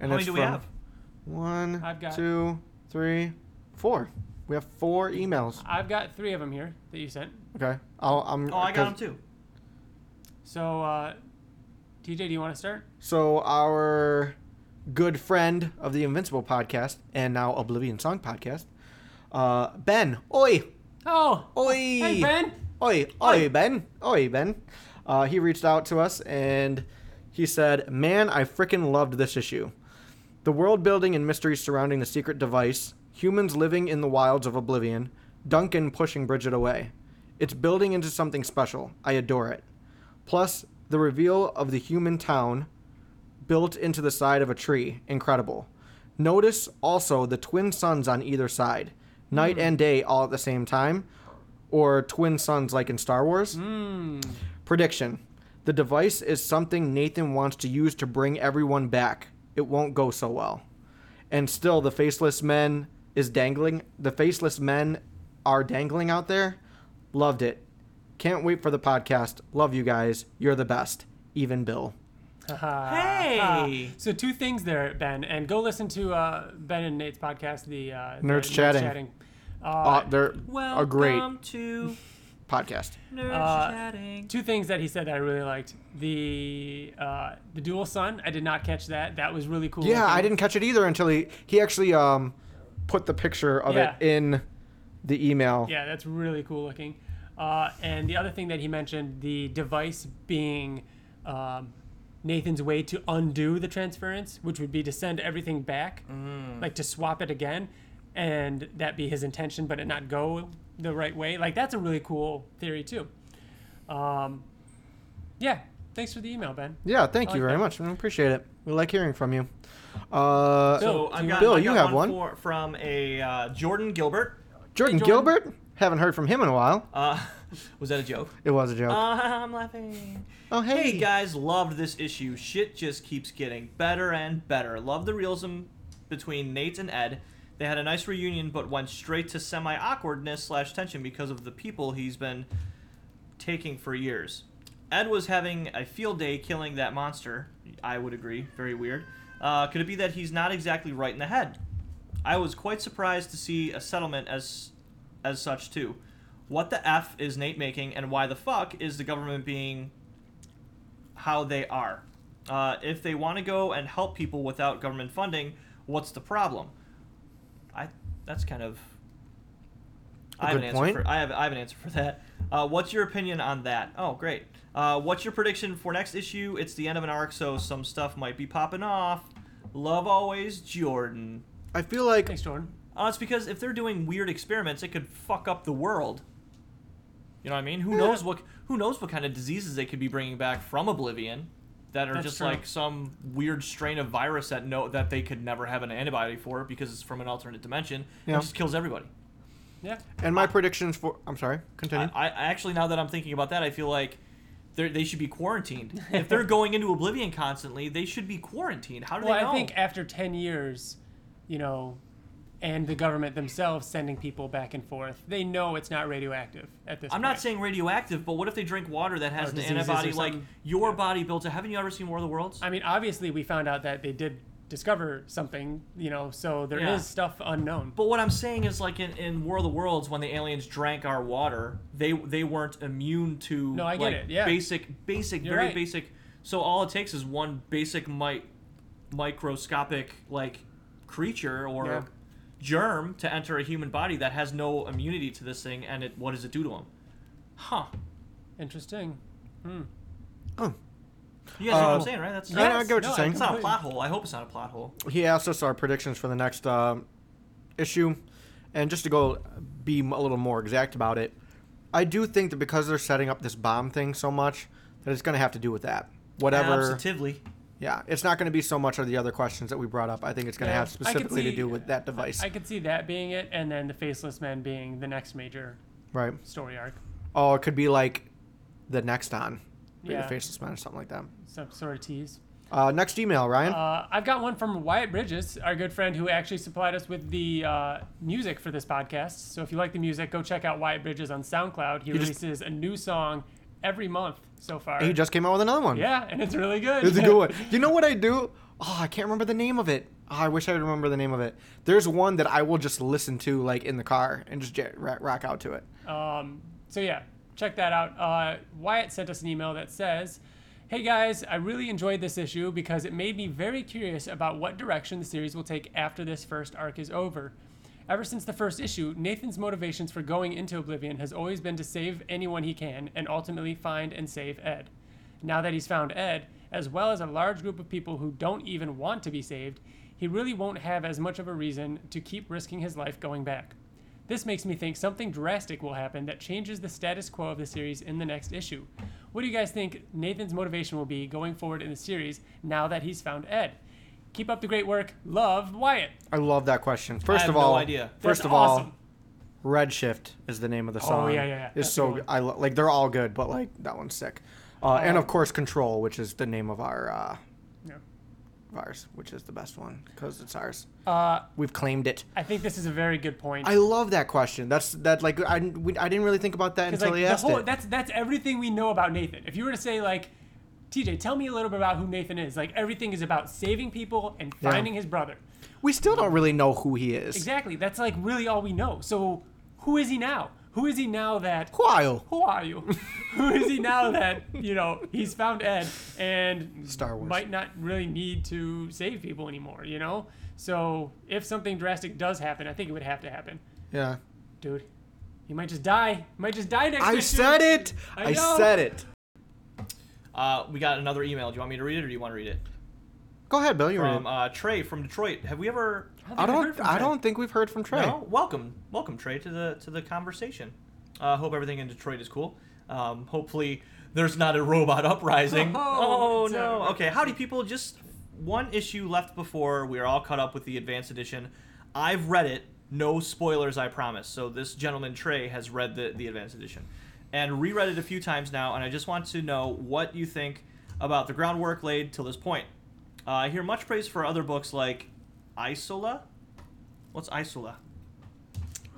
And
how many
it's
do
from
we have?
One,
I've got-
two, three, four. We have four emails.
I've got three of them here that you sent.
Okay. I'll, I'm.
Oh, I got them
'cause-
too.
So, uh, TJ, do you want to start?
So our good friend of the Invincible podcast and now Oblivion Song podcast, uh, Ben. Oi,
Oh,
oi.
hey Ben.
Oi, oi, Ben. Oi, Ben. Uh, he reached out to us and he said, Man, I frickin' loved this issue. The world building and mysteries surrounding the secret device, humans living in the wilds of oblivion, Duncan pushing Bridget away. It's building into something special. I adore it. Plus, the reveal of the human town built into the side of a tree. Incredible. Notice also the twin suns on either side, night and day all at the same time, or twin suns like in Star Wars.
Hmm. [laughs]
Prediction The device is something Nathan wants to use to bring everyone back. It won't go so well. And still, the faceless men is dangling. The faceless men are dangling out there. Loved it. Can't wait for the podcast. Love you guys. You're the best. Even Bill.
Hey!
Uh, So two things there, Ben, and go listen to uh, Ben and Nate's podcast, the uh, the
Nerds Chatting.
Uh,
Uh, they're a great
Welcome to
podcast.
Nerds
Uh,
Chatting.
two things that he said that I really liked. The uh, the dual sun, I did not catch that. That was really cool.
Yeah,
looking.
I didn't catch it either until he he actually um put the picture of it
Yeah.
in the email.
Yeah, that's really cool looking. Uh, and the other thing that he mentioned, the device being um, Nathan's way to undo the transference, which would be to send everything back, like to swap it again. and that be his intention, but it not go the right way. Like that's a really cool theory too. Um, yeah. Thanks for the email, Ben.
Yeah, thank
I
you
like
very
that.
much. I appreciate it. We like hearing from you. Uh,
So
Bill,
I've
do
got,
Bill,
I've
you
got
have one?
for- from a uh, Jordan Gilbert.
Jordan,
Jordan.
Gilbert? Haven't heard from him in a while.
Uh, [laughs] was that a joke?
It was a joke.
Uh, [laughs] I'm laughing.
oh, hey.
Hey guys, loved this issue. Shit just keeps getting better and better. Love the realism between Nate and Ed. They had a nice reunion, but went straight to semi awkwardness slash tension because of the people he's been taking for years. Ed was having a field day killing that monster. I would agree. Very weird. Uh, could it be that he's not exactly right in the head? I was quite surprised to see a settlement as as such too. What the f is Nate making, and why the fuck is the government being how they are. Uh, if they want to go and help people without government funding, what's the problem? I that's kind of.
A
I have
good
an
point.
answer. For, I have I have an answer for that. Uh, what's your opinion on that? Oh, great. Uh, what's your prediction for next issue? It's the end of an arc, so some stuff might be popping off. Love always, Jordan.
I feel like
Thanks, Jordan.
Uh, it's because if they're doing weird experiments, it could fuck up the world. You know what I mean? Who knows what who knows what kind of diseases they could be bringing back from Oblivion that are
That's
just
true.
like some weird strain of virus that no that they could never have an antibody for because it's from an alternate dimension
Yeah.
and just kills everybody.
Yeah.
And my predictions for I'm sorry,
I,
continue.
I actually now that I'm thinking about that, I feel like they're- they should
[laughs]
be quarantined. if they're going into Oblivion constantly, they should be quarantined. How do
Well,
they know?
I think after 10 years, you know, and the government themselves sending people back and forth, they know it's not radioactive at this
I'm
point.
not saying radioactive, but what if they drink water that has
Or
an
Oh, diseases or
antibody like
something.
your body built? To, haven't you ever seen War of the Worlds?
I mean, obviously, we found out that they did discover something, you know, so there is
Yeah.
stuff unknown.
But what I'm saying is, like in, in War of the Worlds, when the aliens drank our water, they they weren't immune to
No, I get
like,
it, yeah.
basic, basic,
You're
very
right.
basic. So all it takes is one basic mi- microscopic like creature or
Yeah.
germ to enter a human body that has no immunity to this thing, and it what does it do to them? Huh?
Interesting.
You guys know what
Um,
I'm
Uh,
saying, right? That's
yeah, I get what
no,
you're
I
saying.
it's not a plot hole. I hope it's not a plot hole.
Uh,
he asked us our predictions for the next um issue, and just to go be m- a little more exact about it, I do think that because they're setting up this bomb thing so much, that it's going to have to do with that. Whatever.
Absolutely.
Yeah, it's not going to be so much of the other questions that we brought up. I think it's going to
Yeah,
have
I could
specifically to
see-
do with that device,
I could see that being it, and then the Faceless Men being the next major
right?
story arc.
Oh, it could be like the next on, or
Yeah.
the faceless man, or something like that.
Some sort of tease.
Uh, next email, Ryan.
Uh, I've got one from Wyatt Bridges, our good friend who actually supplied us with the uh, music for this podcast. So if you like the music, go check out Wyatt Bridges on SoundCloud. He,
just-
releases a new song every month so far.
he just came out with another one.
yeah, and it's really good.
It's a
[laughs]
good one. You know what I do? Oh, I can't remember the name of it. Oh, I wish I would remember the name of it. There's one that I will just listen to like in the car and just j- ra- rock out to it.
Um, so yeah, check that out. Uh, Wyatt sent us an email that says, "Hey guys, I really enjoyed this issue because it made me very curious about what direction the series will take after this first arc is over." Ever since the first issue, Nathan's motivations for going into Oblivion has always been to save anyone he can and ultimately find and save Ed. Now that he's found Ed, as well as a large group of people who don't even want to be saved, he really won't have as much of a reason to keep risking his life going back. This makes me think something drastic will happen that changes the status quo of the series in the next issue. What do you guys think Nathan's motivation will be going forward in the series now that he's found Ed? Keep up the great work. Love, Wyatt.
I love that question. First of
have no
all,
idea.
That's
first of
awesome.
all, Redshift is the name of the song.
Oh, yeah, yeah, yeah.
It's
That's
so
the one. Oh.
I lo- like they're all good, but like that one's sick. Uh, and of course, Control, which is the name of our uh,
Yeah.
of ours, which is the best one because it's ours.
Uh,
We've claimed it.
I think this is a very good point.
I love that question. That's that like I, didn't- we, I didn't really think about that
'Cause,
until
like,
he
the
asked
whole,
it.
That's that's everything we know about Nathan. If you were to say like, TJ, tell me a little bit about who Nathan is. Like everything is about saving people and
Yeah.
finding his brother.
we still don't really know who he is.
Exactly. That's like really all we know. So who is he now? Who is he now that
While
who are you? [laughs] who is he now that, you know, he's found Ed and
Star Wars.
might not really need to save people anymore, you know? So if something drastic does happen, I think it would have to happen.
Yeah.
Dude, he might just die. He might just die next
I
issue.
said it.
I
I
know.
said it.
Uh, we got another email. Do you want me to read it, or do you want to read it?
Go ahead, Bill. You read
from
it.
uh, Trey from Detroit. Have we ever?
I don't. I don't think we've heard from Trey.
No. Welcome, welcome Trey to the to the conversation. Uh, hope everything in Detroit is cool. Um, hopefully, there's not a robot [laughs] uprising.
Oh,
Oh,
it's
no.
a-
Okay, howdy people. Just one issue left before we are all caught up with the advanced edition. I've read it. No spoilers, I promise. So this gentleman Trey has read the the advanced edition and reread it a few times now, and I just want to know what you think about the groundwork laid till this point. Uh, I hear much praise for other books like Isola. What's Isola?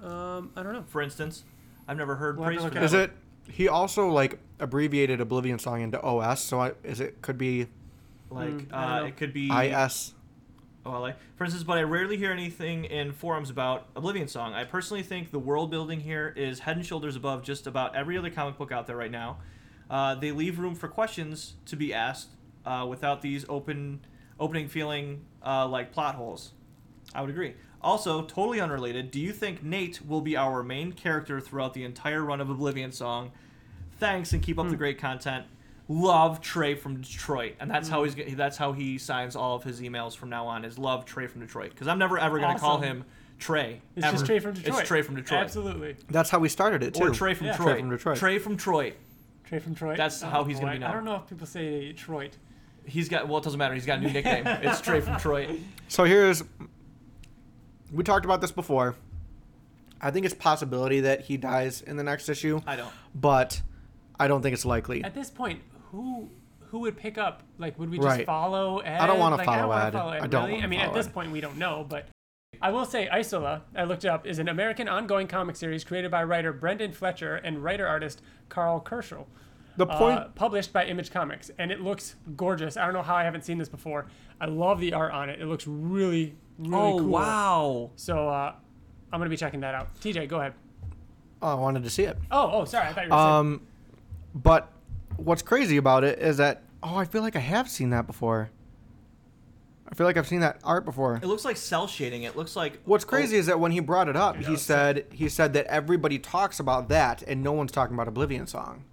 Um, I don't know.
for instance. I've never heard
We'll have
praise
to
for
look
that.
it
Is it? He also like abbreviated Oblivion song into OS, so I is it could be
like
Mm, I don't
uh,
know.
it could be
IS.
Oh, I like- for instance, but I rarely hear anything in forums about Oblivion Song. I personally think the world building here is head and shoulders above just about every other comic book out there right now. Uh, they leave room for questions to be asked uh, without these open opening feeling uh, like plot holes. I would agree. Also, totally unrelated, do you think Nate will be our main character throughout the entire run of Oblivion Song? Thanks and keep
Hmm.
up the great content. Love Trey from Detroit, and that's
Hmm.
how he's g- that's how he signs all of his emails from now on is Love Trey from Detroit because I'm never ever gonna call
Awesome.
him Trey.
It's
ever.
just Trey from Detroit.
It's Trey from Detroit.
Absolutely.
That's how we started it too.
Or Trey from
Yeah.
Detroit.
Trey from Detroit.
Trey from Detroit.
Trey from Detroit.
That's how he's gonna be
Detroit. Oh, I
known.
don't know if people say Detroit.
He's got well, it doesn't matter. He's got a new nickname. it's Trey from Detroit.
So here's we talked about this before. I think it's possibility that he dies in the next issue,
I don't.
but I don't think it's likely.
At this point, who who would pick up? Like, would we just
Right.
follow Ed?
don't wanna
like,
follow
wanna
Ed.
Follow Ed.
I don't
really?
wanna
I mean, at
follow
this
Ed.
point, we don't know, but. I will say, Isola, I looked it up, is an American ongoing comic series created by writer Brendan Fletcher and writer artist Carl Kerschel.
The point
uh, published by Image Comics, and it looks gorgeous. I don't know how I haven't seen this before. I love the art on it. It looks really, really
oh
cool.
wow!
So uh, I'm gonna be checking that out. TJ, go ahead.
oh, I wanted to see it.
Oh, oh, sorry, I thought you were saying.
Um but what's crazy about it is that oh, I feel like I have seen that before. I feel like I've seen that art before.
It looks like cell shading. It looks like
What's crazy is that when he brought it up, he
it's-
said he said that everybody talks about that and no one's talking about Oblivion Song,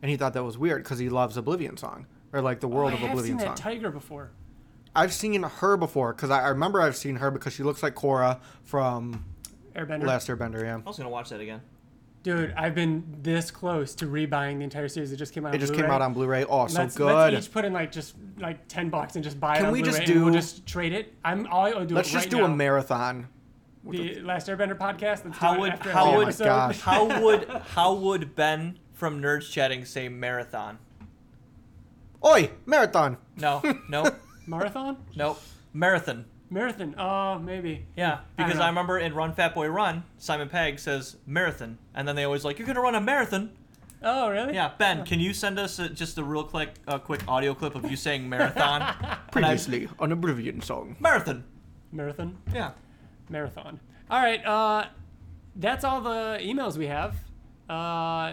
and he thought that was weird because he loves Oblivion Song or like the world
I
of
have
Oblivion
seen
Song.
that tiger before.
I've seen her before because I, I remember I've seen her because she looks like Korra from
Airbender.
Last Airbender. Yeah,
Oh, I was gonna watch that again.
Dude, I've been this close to rebuying the entire series. It just came out.
it
on
just
Blu-ray.
came out on Blu-ray. Oh, so
let's,
good.
Let's each put in like just like ten bucks and just buy it.
Can
on
we
Blu-ray
just
and we'll
do-
just trade it? I'm. I'll, I'll do
Let's
it
just
right
do
now.
a marathon.
The Last Airbender podcast. Let's
How
do it
would-
after
how
every
would-
episode.
Oh my gosh.
How would how would Ben from Nerds Chatting say marathon?
Oi, marathon.
No, no,
marathon?
no, marathon.
Marathon? Oh, maybe.
Yeah, because
don't
I,
know.
remember in Run Fat Boy Run, Simon Pegg says marathon, and then they always like you're gonna run a marathon.
Oh, really?
Yeah, Ben, can you send us a, just a real quick, a quick audio clip of you saying marathon? And I-
Previously on Oblivion Song.
marathon.
Marathon.
Yeah.
Marathon. All right. Uh, that's all the emails we have. Uh,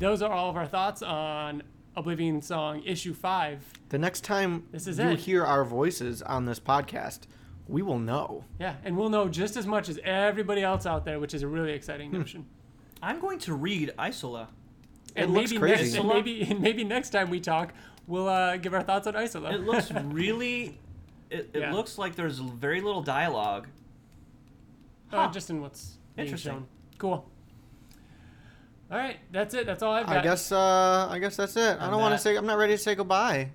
those are all of our thoughts on Oblivion Song Issue Five.
The next time
This is
you
it.
hear our voices on this podcast, we will know.
Yeah, and we'll know just as much as everybody else out there, which is a really exciting
Hmm.
notion.
I'm going to read Isola.
And
looks
maybe
crazy.
Next, and maybe and maybe next time we talk, we'll uh, give our thoughts on Isola. Uh,
It
[laughs]
looks really. It, it
Yeah.
looks like there's very little dialogue.
uh, just in what's being
Interesting.
shown. Cool. All right, that's it. That's all I've got.
I guess uh, I guess that's it. I
And
don't want to
that-
say I'm not ready to say goodbye.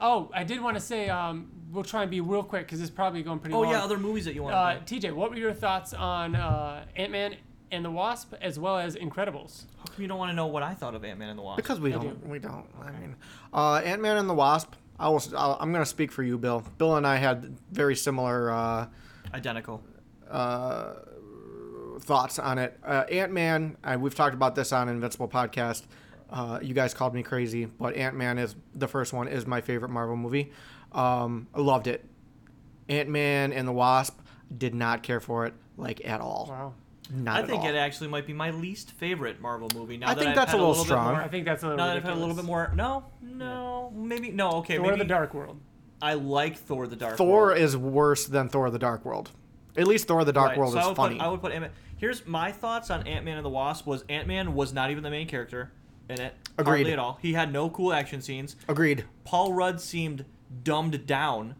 Oh, I did want to say um, we'll try and be real quick because it's probably going pretty
Oh
long.
yeah, other movies that you want.
uh,
to
TJ, what were your thoughts on uh, Ant Man and the Wasp as well as Incredibles?
How come you don't want to know what I thought of Ant Man and the Wasp?
Because we
I
don't we don't. I mean, uh, Ant Man and the Wasp. I will. I'll, I'm gonna speak for you, Bill. Bill and I had very similar uh,
Identical.
thoughts on it. Uh, Ant Man. Uh, we've talked about this on Invincible podcast. Uh, you guys called me crazy, but Ant Man is the first one is my favorite Marvel movie. Um, I loved it. Ant Man and the Wasp did not care for it like at all.
Wow.
Not
I
at
think
all.
it actually might be my least favorite Marvel movie. Now
I
that
think
I've
that's
had
a little
bit
strong.
more-
I think that's a little.
now that I've
ridiculous.
had a little bit more. No, no, maybe no. Okay,
Thor of
maybe
the Dark World.
I like Thor: The Dark.
Thor
World.
is worse than Thor: The Dark World. At least Thor: The Dark
Right,
World
so
is
I would
funny.
Put, I would put Ant-Man. Here's my thoughts on Ant Man and the Wasp. Was Ant Man was not even the main character in it.
Agreed.
hardly at all. He had no cool action scenes.
Agreed.
Paul Rudd seemed dumbed down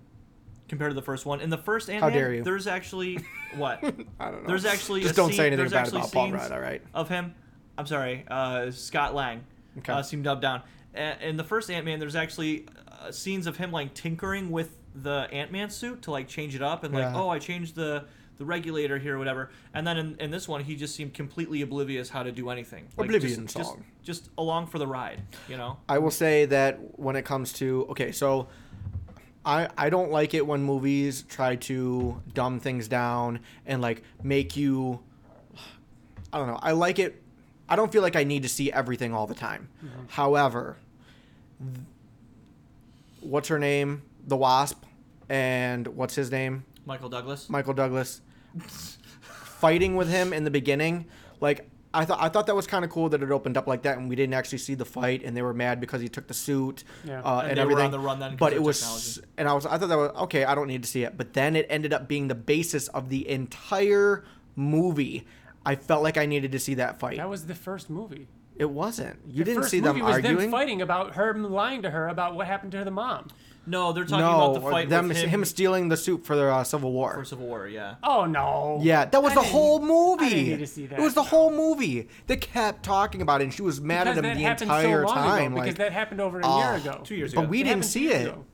compared to the first one. In the first Ant-Man,
dare you.
there's actually what?
[laughs] I don't know.
There's actually
just
a
don't
scene-
say anything
there's
bad
actually
about Paul
scenes
Rudd. All right.
of him. I'm sorry, uh, Scott Lang.
Okay.
Uh, seemed dubbed down. A- In the first Ant Man, there's actually uh, scenes of him like tinkering with the Ant Man suit to like change it up and like,
Yeah.
oh, I changed the the regulator here, or whatever. And then in, in this one, he just seemed completely oblivious how to do anything. Like, just-
Oblivion
just,
song.
Just, along for the ride, you know.
I will say that when it comes to okay, so I I don't like it when movies try to dumb things down and like make you I don't know. I like it I don't feel like I need to see everything all the time.
Mm-hmm.
However, th- what's her name? The Wasp and what's his name?
Michael Douglas.
Michael Douglas fighting with him in the beginning. Like I thought, I thought that was kind of cool that it opened up like that, and we didn't actually see the fight, and they were mad because he took the suit
Yeah.
uh,
And
and,
they were on
everything.
the run then 'cause
but
of
it was,
technology.
and I was, I thought that was okay. I don't need to see it, but then it ended up being the basis of the entire movie. I felt like I needed to see that fight.
That was the first movie.
it wasn't. You didn't
first
see them
movie was
arguing.
them fighting about her lying to her about what happened to the mom.
no, they're talking
no,
about the fight
them
with
him,
him,
stealing the suit for the uh, Civil War.
for Civil War. Yeah.
Oh no.
Yeah, that was
I
the
didn't-
whole movie.
I didn't need to see that.
It was the whole movie. They kept talking about it, and she was mad
because
at him
that
the
happened
entire
so long
time.
ago,
like,
because that happened over a year
ah,
ago.
two years ago.
but we
It
didn't
happened two
see
years
it.
ago.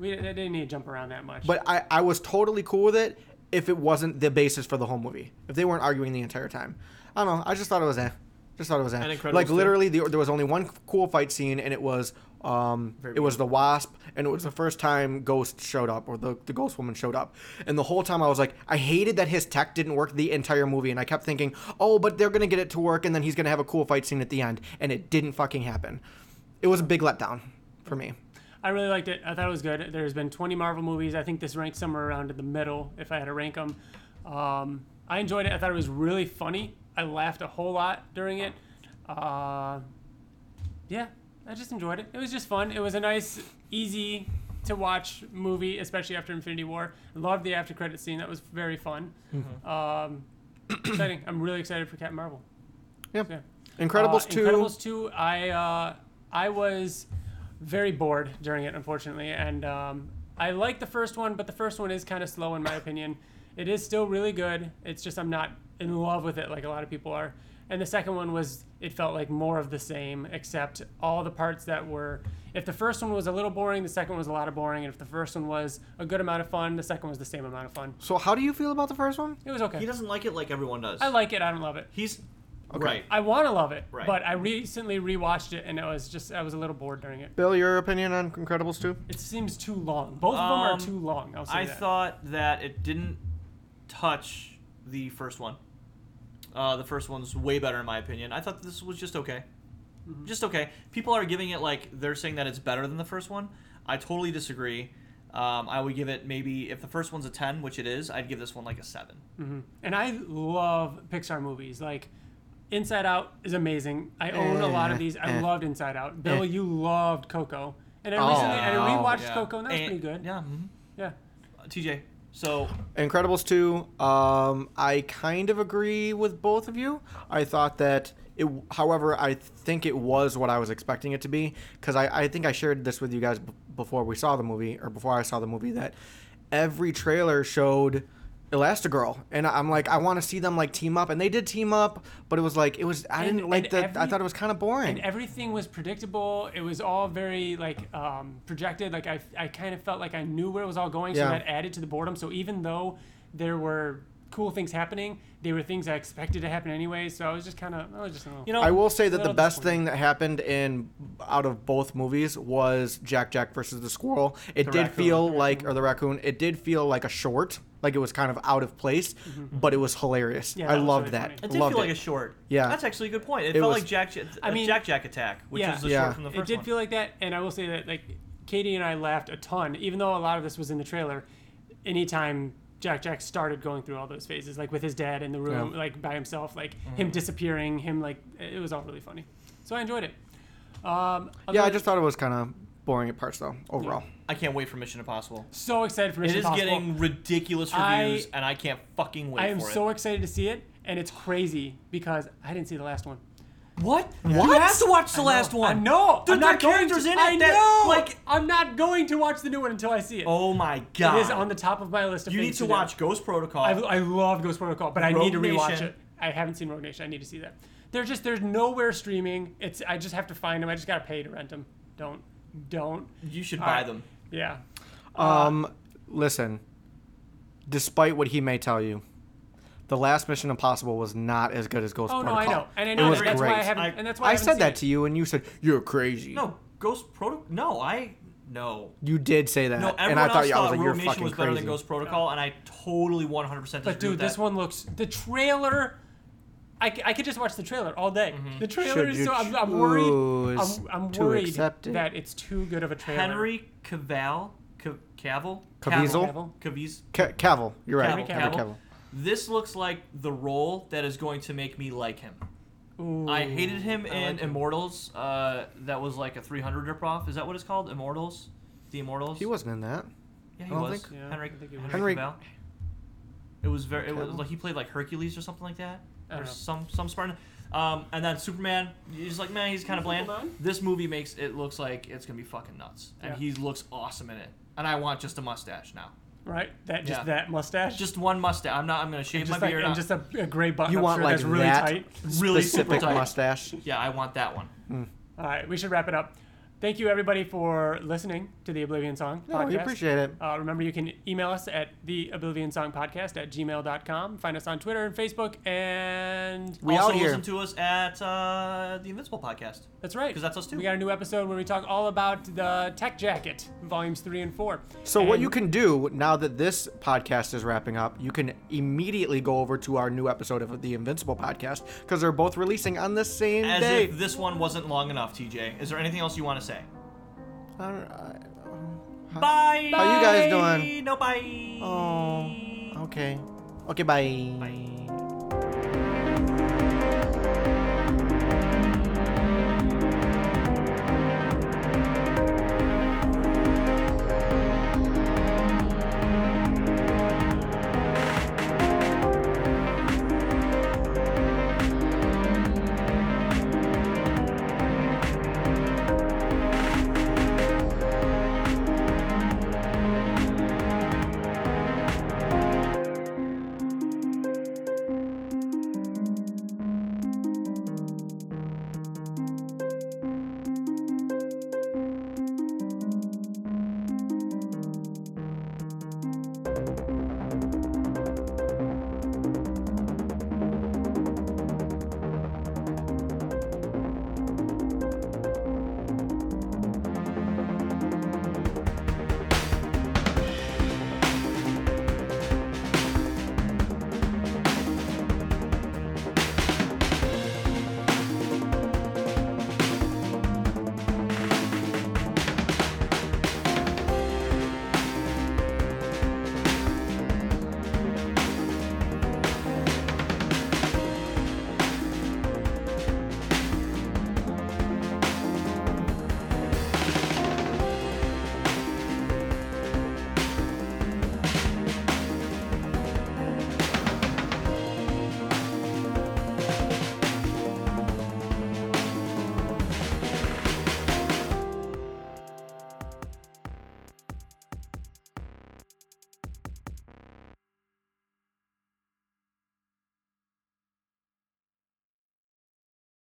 We I didn't need to jump around that much.
But I, I was totally cool with it if it wasn't the basis for the whole movie. If they weren't arguing the entire time, I don't know. I just thought it was eh. Just thought it was eh.
And Incredibles
like
two.
literally, the, there was only one cool fight scene, and it was um, it was the wasp, and it was the first time Ghost showed up or the the Ghost Woman showed up, and the whole time I was like, I hated that his tech didn't work the entire movie, and I kept thinking, oh, but they're gonna get it to work, and then he's gonna have a cool fight scene at the end, and it didn't fucking happen. It was a big letdown for me.
I really liked it. I thought it was good. There's been 20 Marvel movies. I think this ranked somewhere around in the middle if I had to rank them. Um, I enjoyed it. I thought it was really funny. I laughed a whole lot during it. Uh, yeah, I just enjoyed it. It was just fun. It was a nice, easy to watch movie, especially after Infinity War. Loved the after credit scene. That was very fun. Um, [coughs] exciting. I'm really excited for Captain Marvel.
Yeah.
Yeah.
Incredibles
Uh,
two.
Incredibles two. I uh, I was very bored during it, unfortunately, and um, I like the first one, but the first one is kind of slow in my opinion. It is still really good. It's just I'm not in love with it like a lot of people are. And the second one was it felt like more of the same, except all the parts that were. If the first one was a little boring, the second one was a lot of boring, and if the first one was a good amount of fun, the second was the same amount of fun.
So how do you feel about the first one?
It was okay.
He doesn't like it like everyone does.
I like it. I don't love it.
He's right.
I want to love it,
Right.
but I recently rewatched it and it was just I was a little bored during it.
Bill, your opinion on Incredibles 2?
It seems too long. Both of them are
Um,
too long. I'll say
I
that.
thought that it didn't touch the first one. Uh, the first one's way better in my opinion. I thought this was just okay, just okay. People are giving it like they're saying that it's better than the first one. I totally disagree. Um, I would give it maybe if the first one's a ten, which it is, I'd give this one like a seven.
and I love Pixar movies. Like Inside Out is amazing. I own a lot of these. I
Eh, eh,
loved Inside Out. Bill, you loved Coco, and I
Oh,
recently and I
no.
rewatched
Yeah.
Coco, and that was
And-
pretty good.
Yeah, mhm.
yeah.
Uh, TJ. So
Incredibles 2, um, I kind of agree with both of you. I thought that it, however, I think it was what I was expecting it to be because I, I think I shared this with you guys b- before we saw the movie or before I saw the movie that every trailer showed Elastigirl and I'm like I want to see them like team up and they did team up but it was like it was I
And-
didn't like
and
that I
every-
thought it was kind of boring.
And everything was predictable. It was all very like um, projected. Like I, I kind of felt like I knew where it was all going,
Yeah.
so that added to the boredom. So even though there were cool things happening, they were things I expected to happen anyway. So I was just kind of, I was just, a little-
you know,
I will say that the
Little
best
disappointing.
thing that happened in out of both movies was Jack Jack versus the squirrel. It did
raccoon.
feel like or the raccoon. It did feel like a short, like it was kind of out of place, but it was hilarious.
Yeah,
I
that was
loved
really
that.
funny.
Mm-hmm. it did
loved
feel like
it.
a short.
Yeah.
that's actually a good point. It,
It
felt
was-
like Jack. J-
I
uh,
mean-
Jack Jack Attack, which
Yeah.
was the
Yeah.
short from the first
it did
one.
feel like that. And I will say that like Katie and I laughed a ton, even though a lot of this was in the trailer. Anytime Jack Jack started going through all those phases, like with his dad in the room,
Yeah.
like by himself, like him disappearing, him like it was all really funny. So I enjoyed it. Um,
Yeah, I
other-
just thought it was kind of boring at parts though. Overall,
I can't wait for Mission Impossible.
so excited for
It
Mission
is
Impossible.
getting ridiculous
I-
reviews, and I can't fucking wait
I am
for
so
it.
excited to see it, and it's crazy because I didn't see the last one. Oh,
What? You have to watch the last one.
I know.
Dude,
I'm
there are
not going
characters
to,
in it
I
that,
know.
like-
I'm not going to watch the new one until I see it.
Oh my god.
it is on the top of my list of
You need
things
to
do.
watch Ghost Protocol.
I, I love Ghost Protocol, but I need to
Rogue
rewatch
Nation.
it. I haven't seen Rogue Nation. I need to see that. There's just there's nowhere streaming. It's I just have to find them. I just gotta pay to rent them. Don't don't.
you should
All
buy
right.
them.
Yeah.
Uh,
Um, listen. Despite what he may tell you, the last Mission Impossible was not as good as Ghost
Oh no,
Protocol.
I know, and I
It
know
was
that. that's why I
great.
haven't.
I-
and that's why I,
I
haven't
said
seen
that
it.
to you, and you said you're crazy.
No, Ghost Protocol. No, I no.
you did say that,
No, everyone
and I thought
else
yeah, I was
thought
like, you're
Rogue Nation
fucking
was better
crazy.
than Ghost Protocol, and I totally 100% disagree
But dude,
with
this
that.
one looks. The trailer. I, c- I could just watch the trailer all day.
Mm-hmm.
The trailer
Should
is
you
so. I'm, I'm worried.
choose
I'm, I'm
to
worried
accept it?
that it's too good of a trailer.
Henry Cavill, Cav- Cavill,
Caviezel?
Caviz-
Ca- Cavill, you're right.
Cavill,
Henry
Cavill. This looks like the role that is going to make me like him.
Ooh.
I hated him in
like him.
Immortals. Uh, that was like a 300 ripoff. Is that what it's called? Immortals, the Immortals.
He wasn't in that.
Yeah, he
I don't
was.
think-
Yeah,
Henry,
I think he
Henry,
was.
Henry-
Cavill. It was very. It was
Cavill?
like he played like Hercules or something like that,
I don't
or
know.
some some Spartan. Um, and then Superman, you're just like, man, he's kind of bland.
Superman?
This movie makes it looks like it's gonna be fucking nuts, and
Yeah.
he looks awesome in it. And I want just a mustache now,
Right. That just
Yeah.
that mustache.
just one mustache. I'm not. I'm gonna shave
just
my
like,
beard.
and
out.
just a, a gray button.
You
up
want
shirt
like
that's really
that
tight.
Really super
specific
tight.
mustache?
yeah, I want that one.
All right, we should wrap it up. Thank you everybody for listening to the Oblivion Song
No,
podcast.
we appreciate it.
Uh, remember, you can email us at the Oblivion Song Podcast at gmail.com. Find us on Twitter and Facebook. And
We
also
out here.
listen to us at uh, the Invincible podcast.
that's right.
'Cause that's us too.
We got a new episode where we talk all about the Tech Jacket, volumes three and four.
So what
And-
you can do now that this podcast is wrapping up, you can immediately go over to our new episode of the Invincible podcast because they're both releasing on the same
As
day.
if this one wasn't long enough, TJ. Is there anything else you want to say?
I don't- I-
Bye.
How you guys doing?
No bye.
Oh, okay. Okay, bye.
Bye.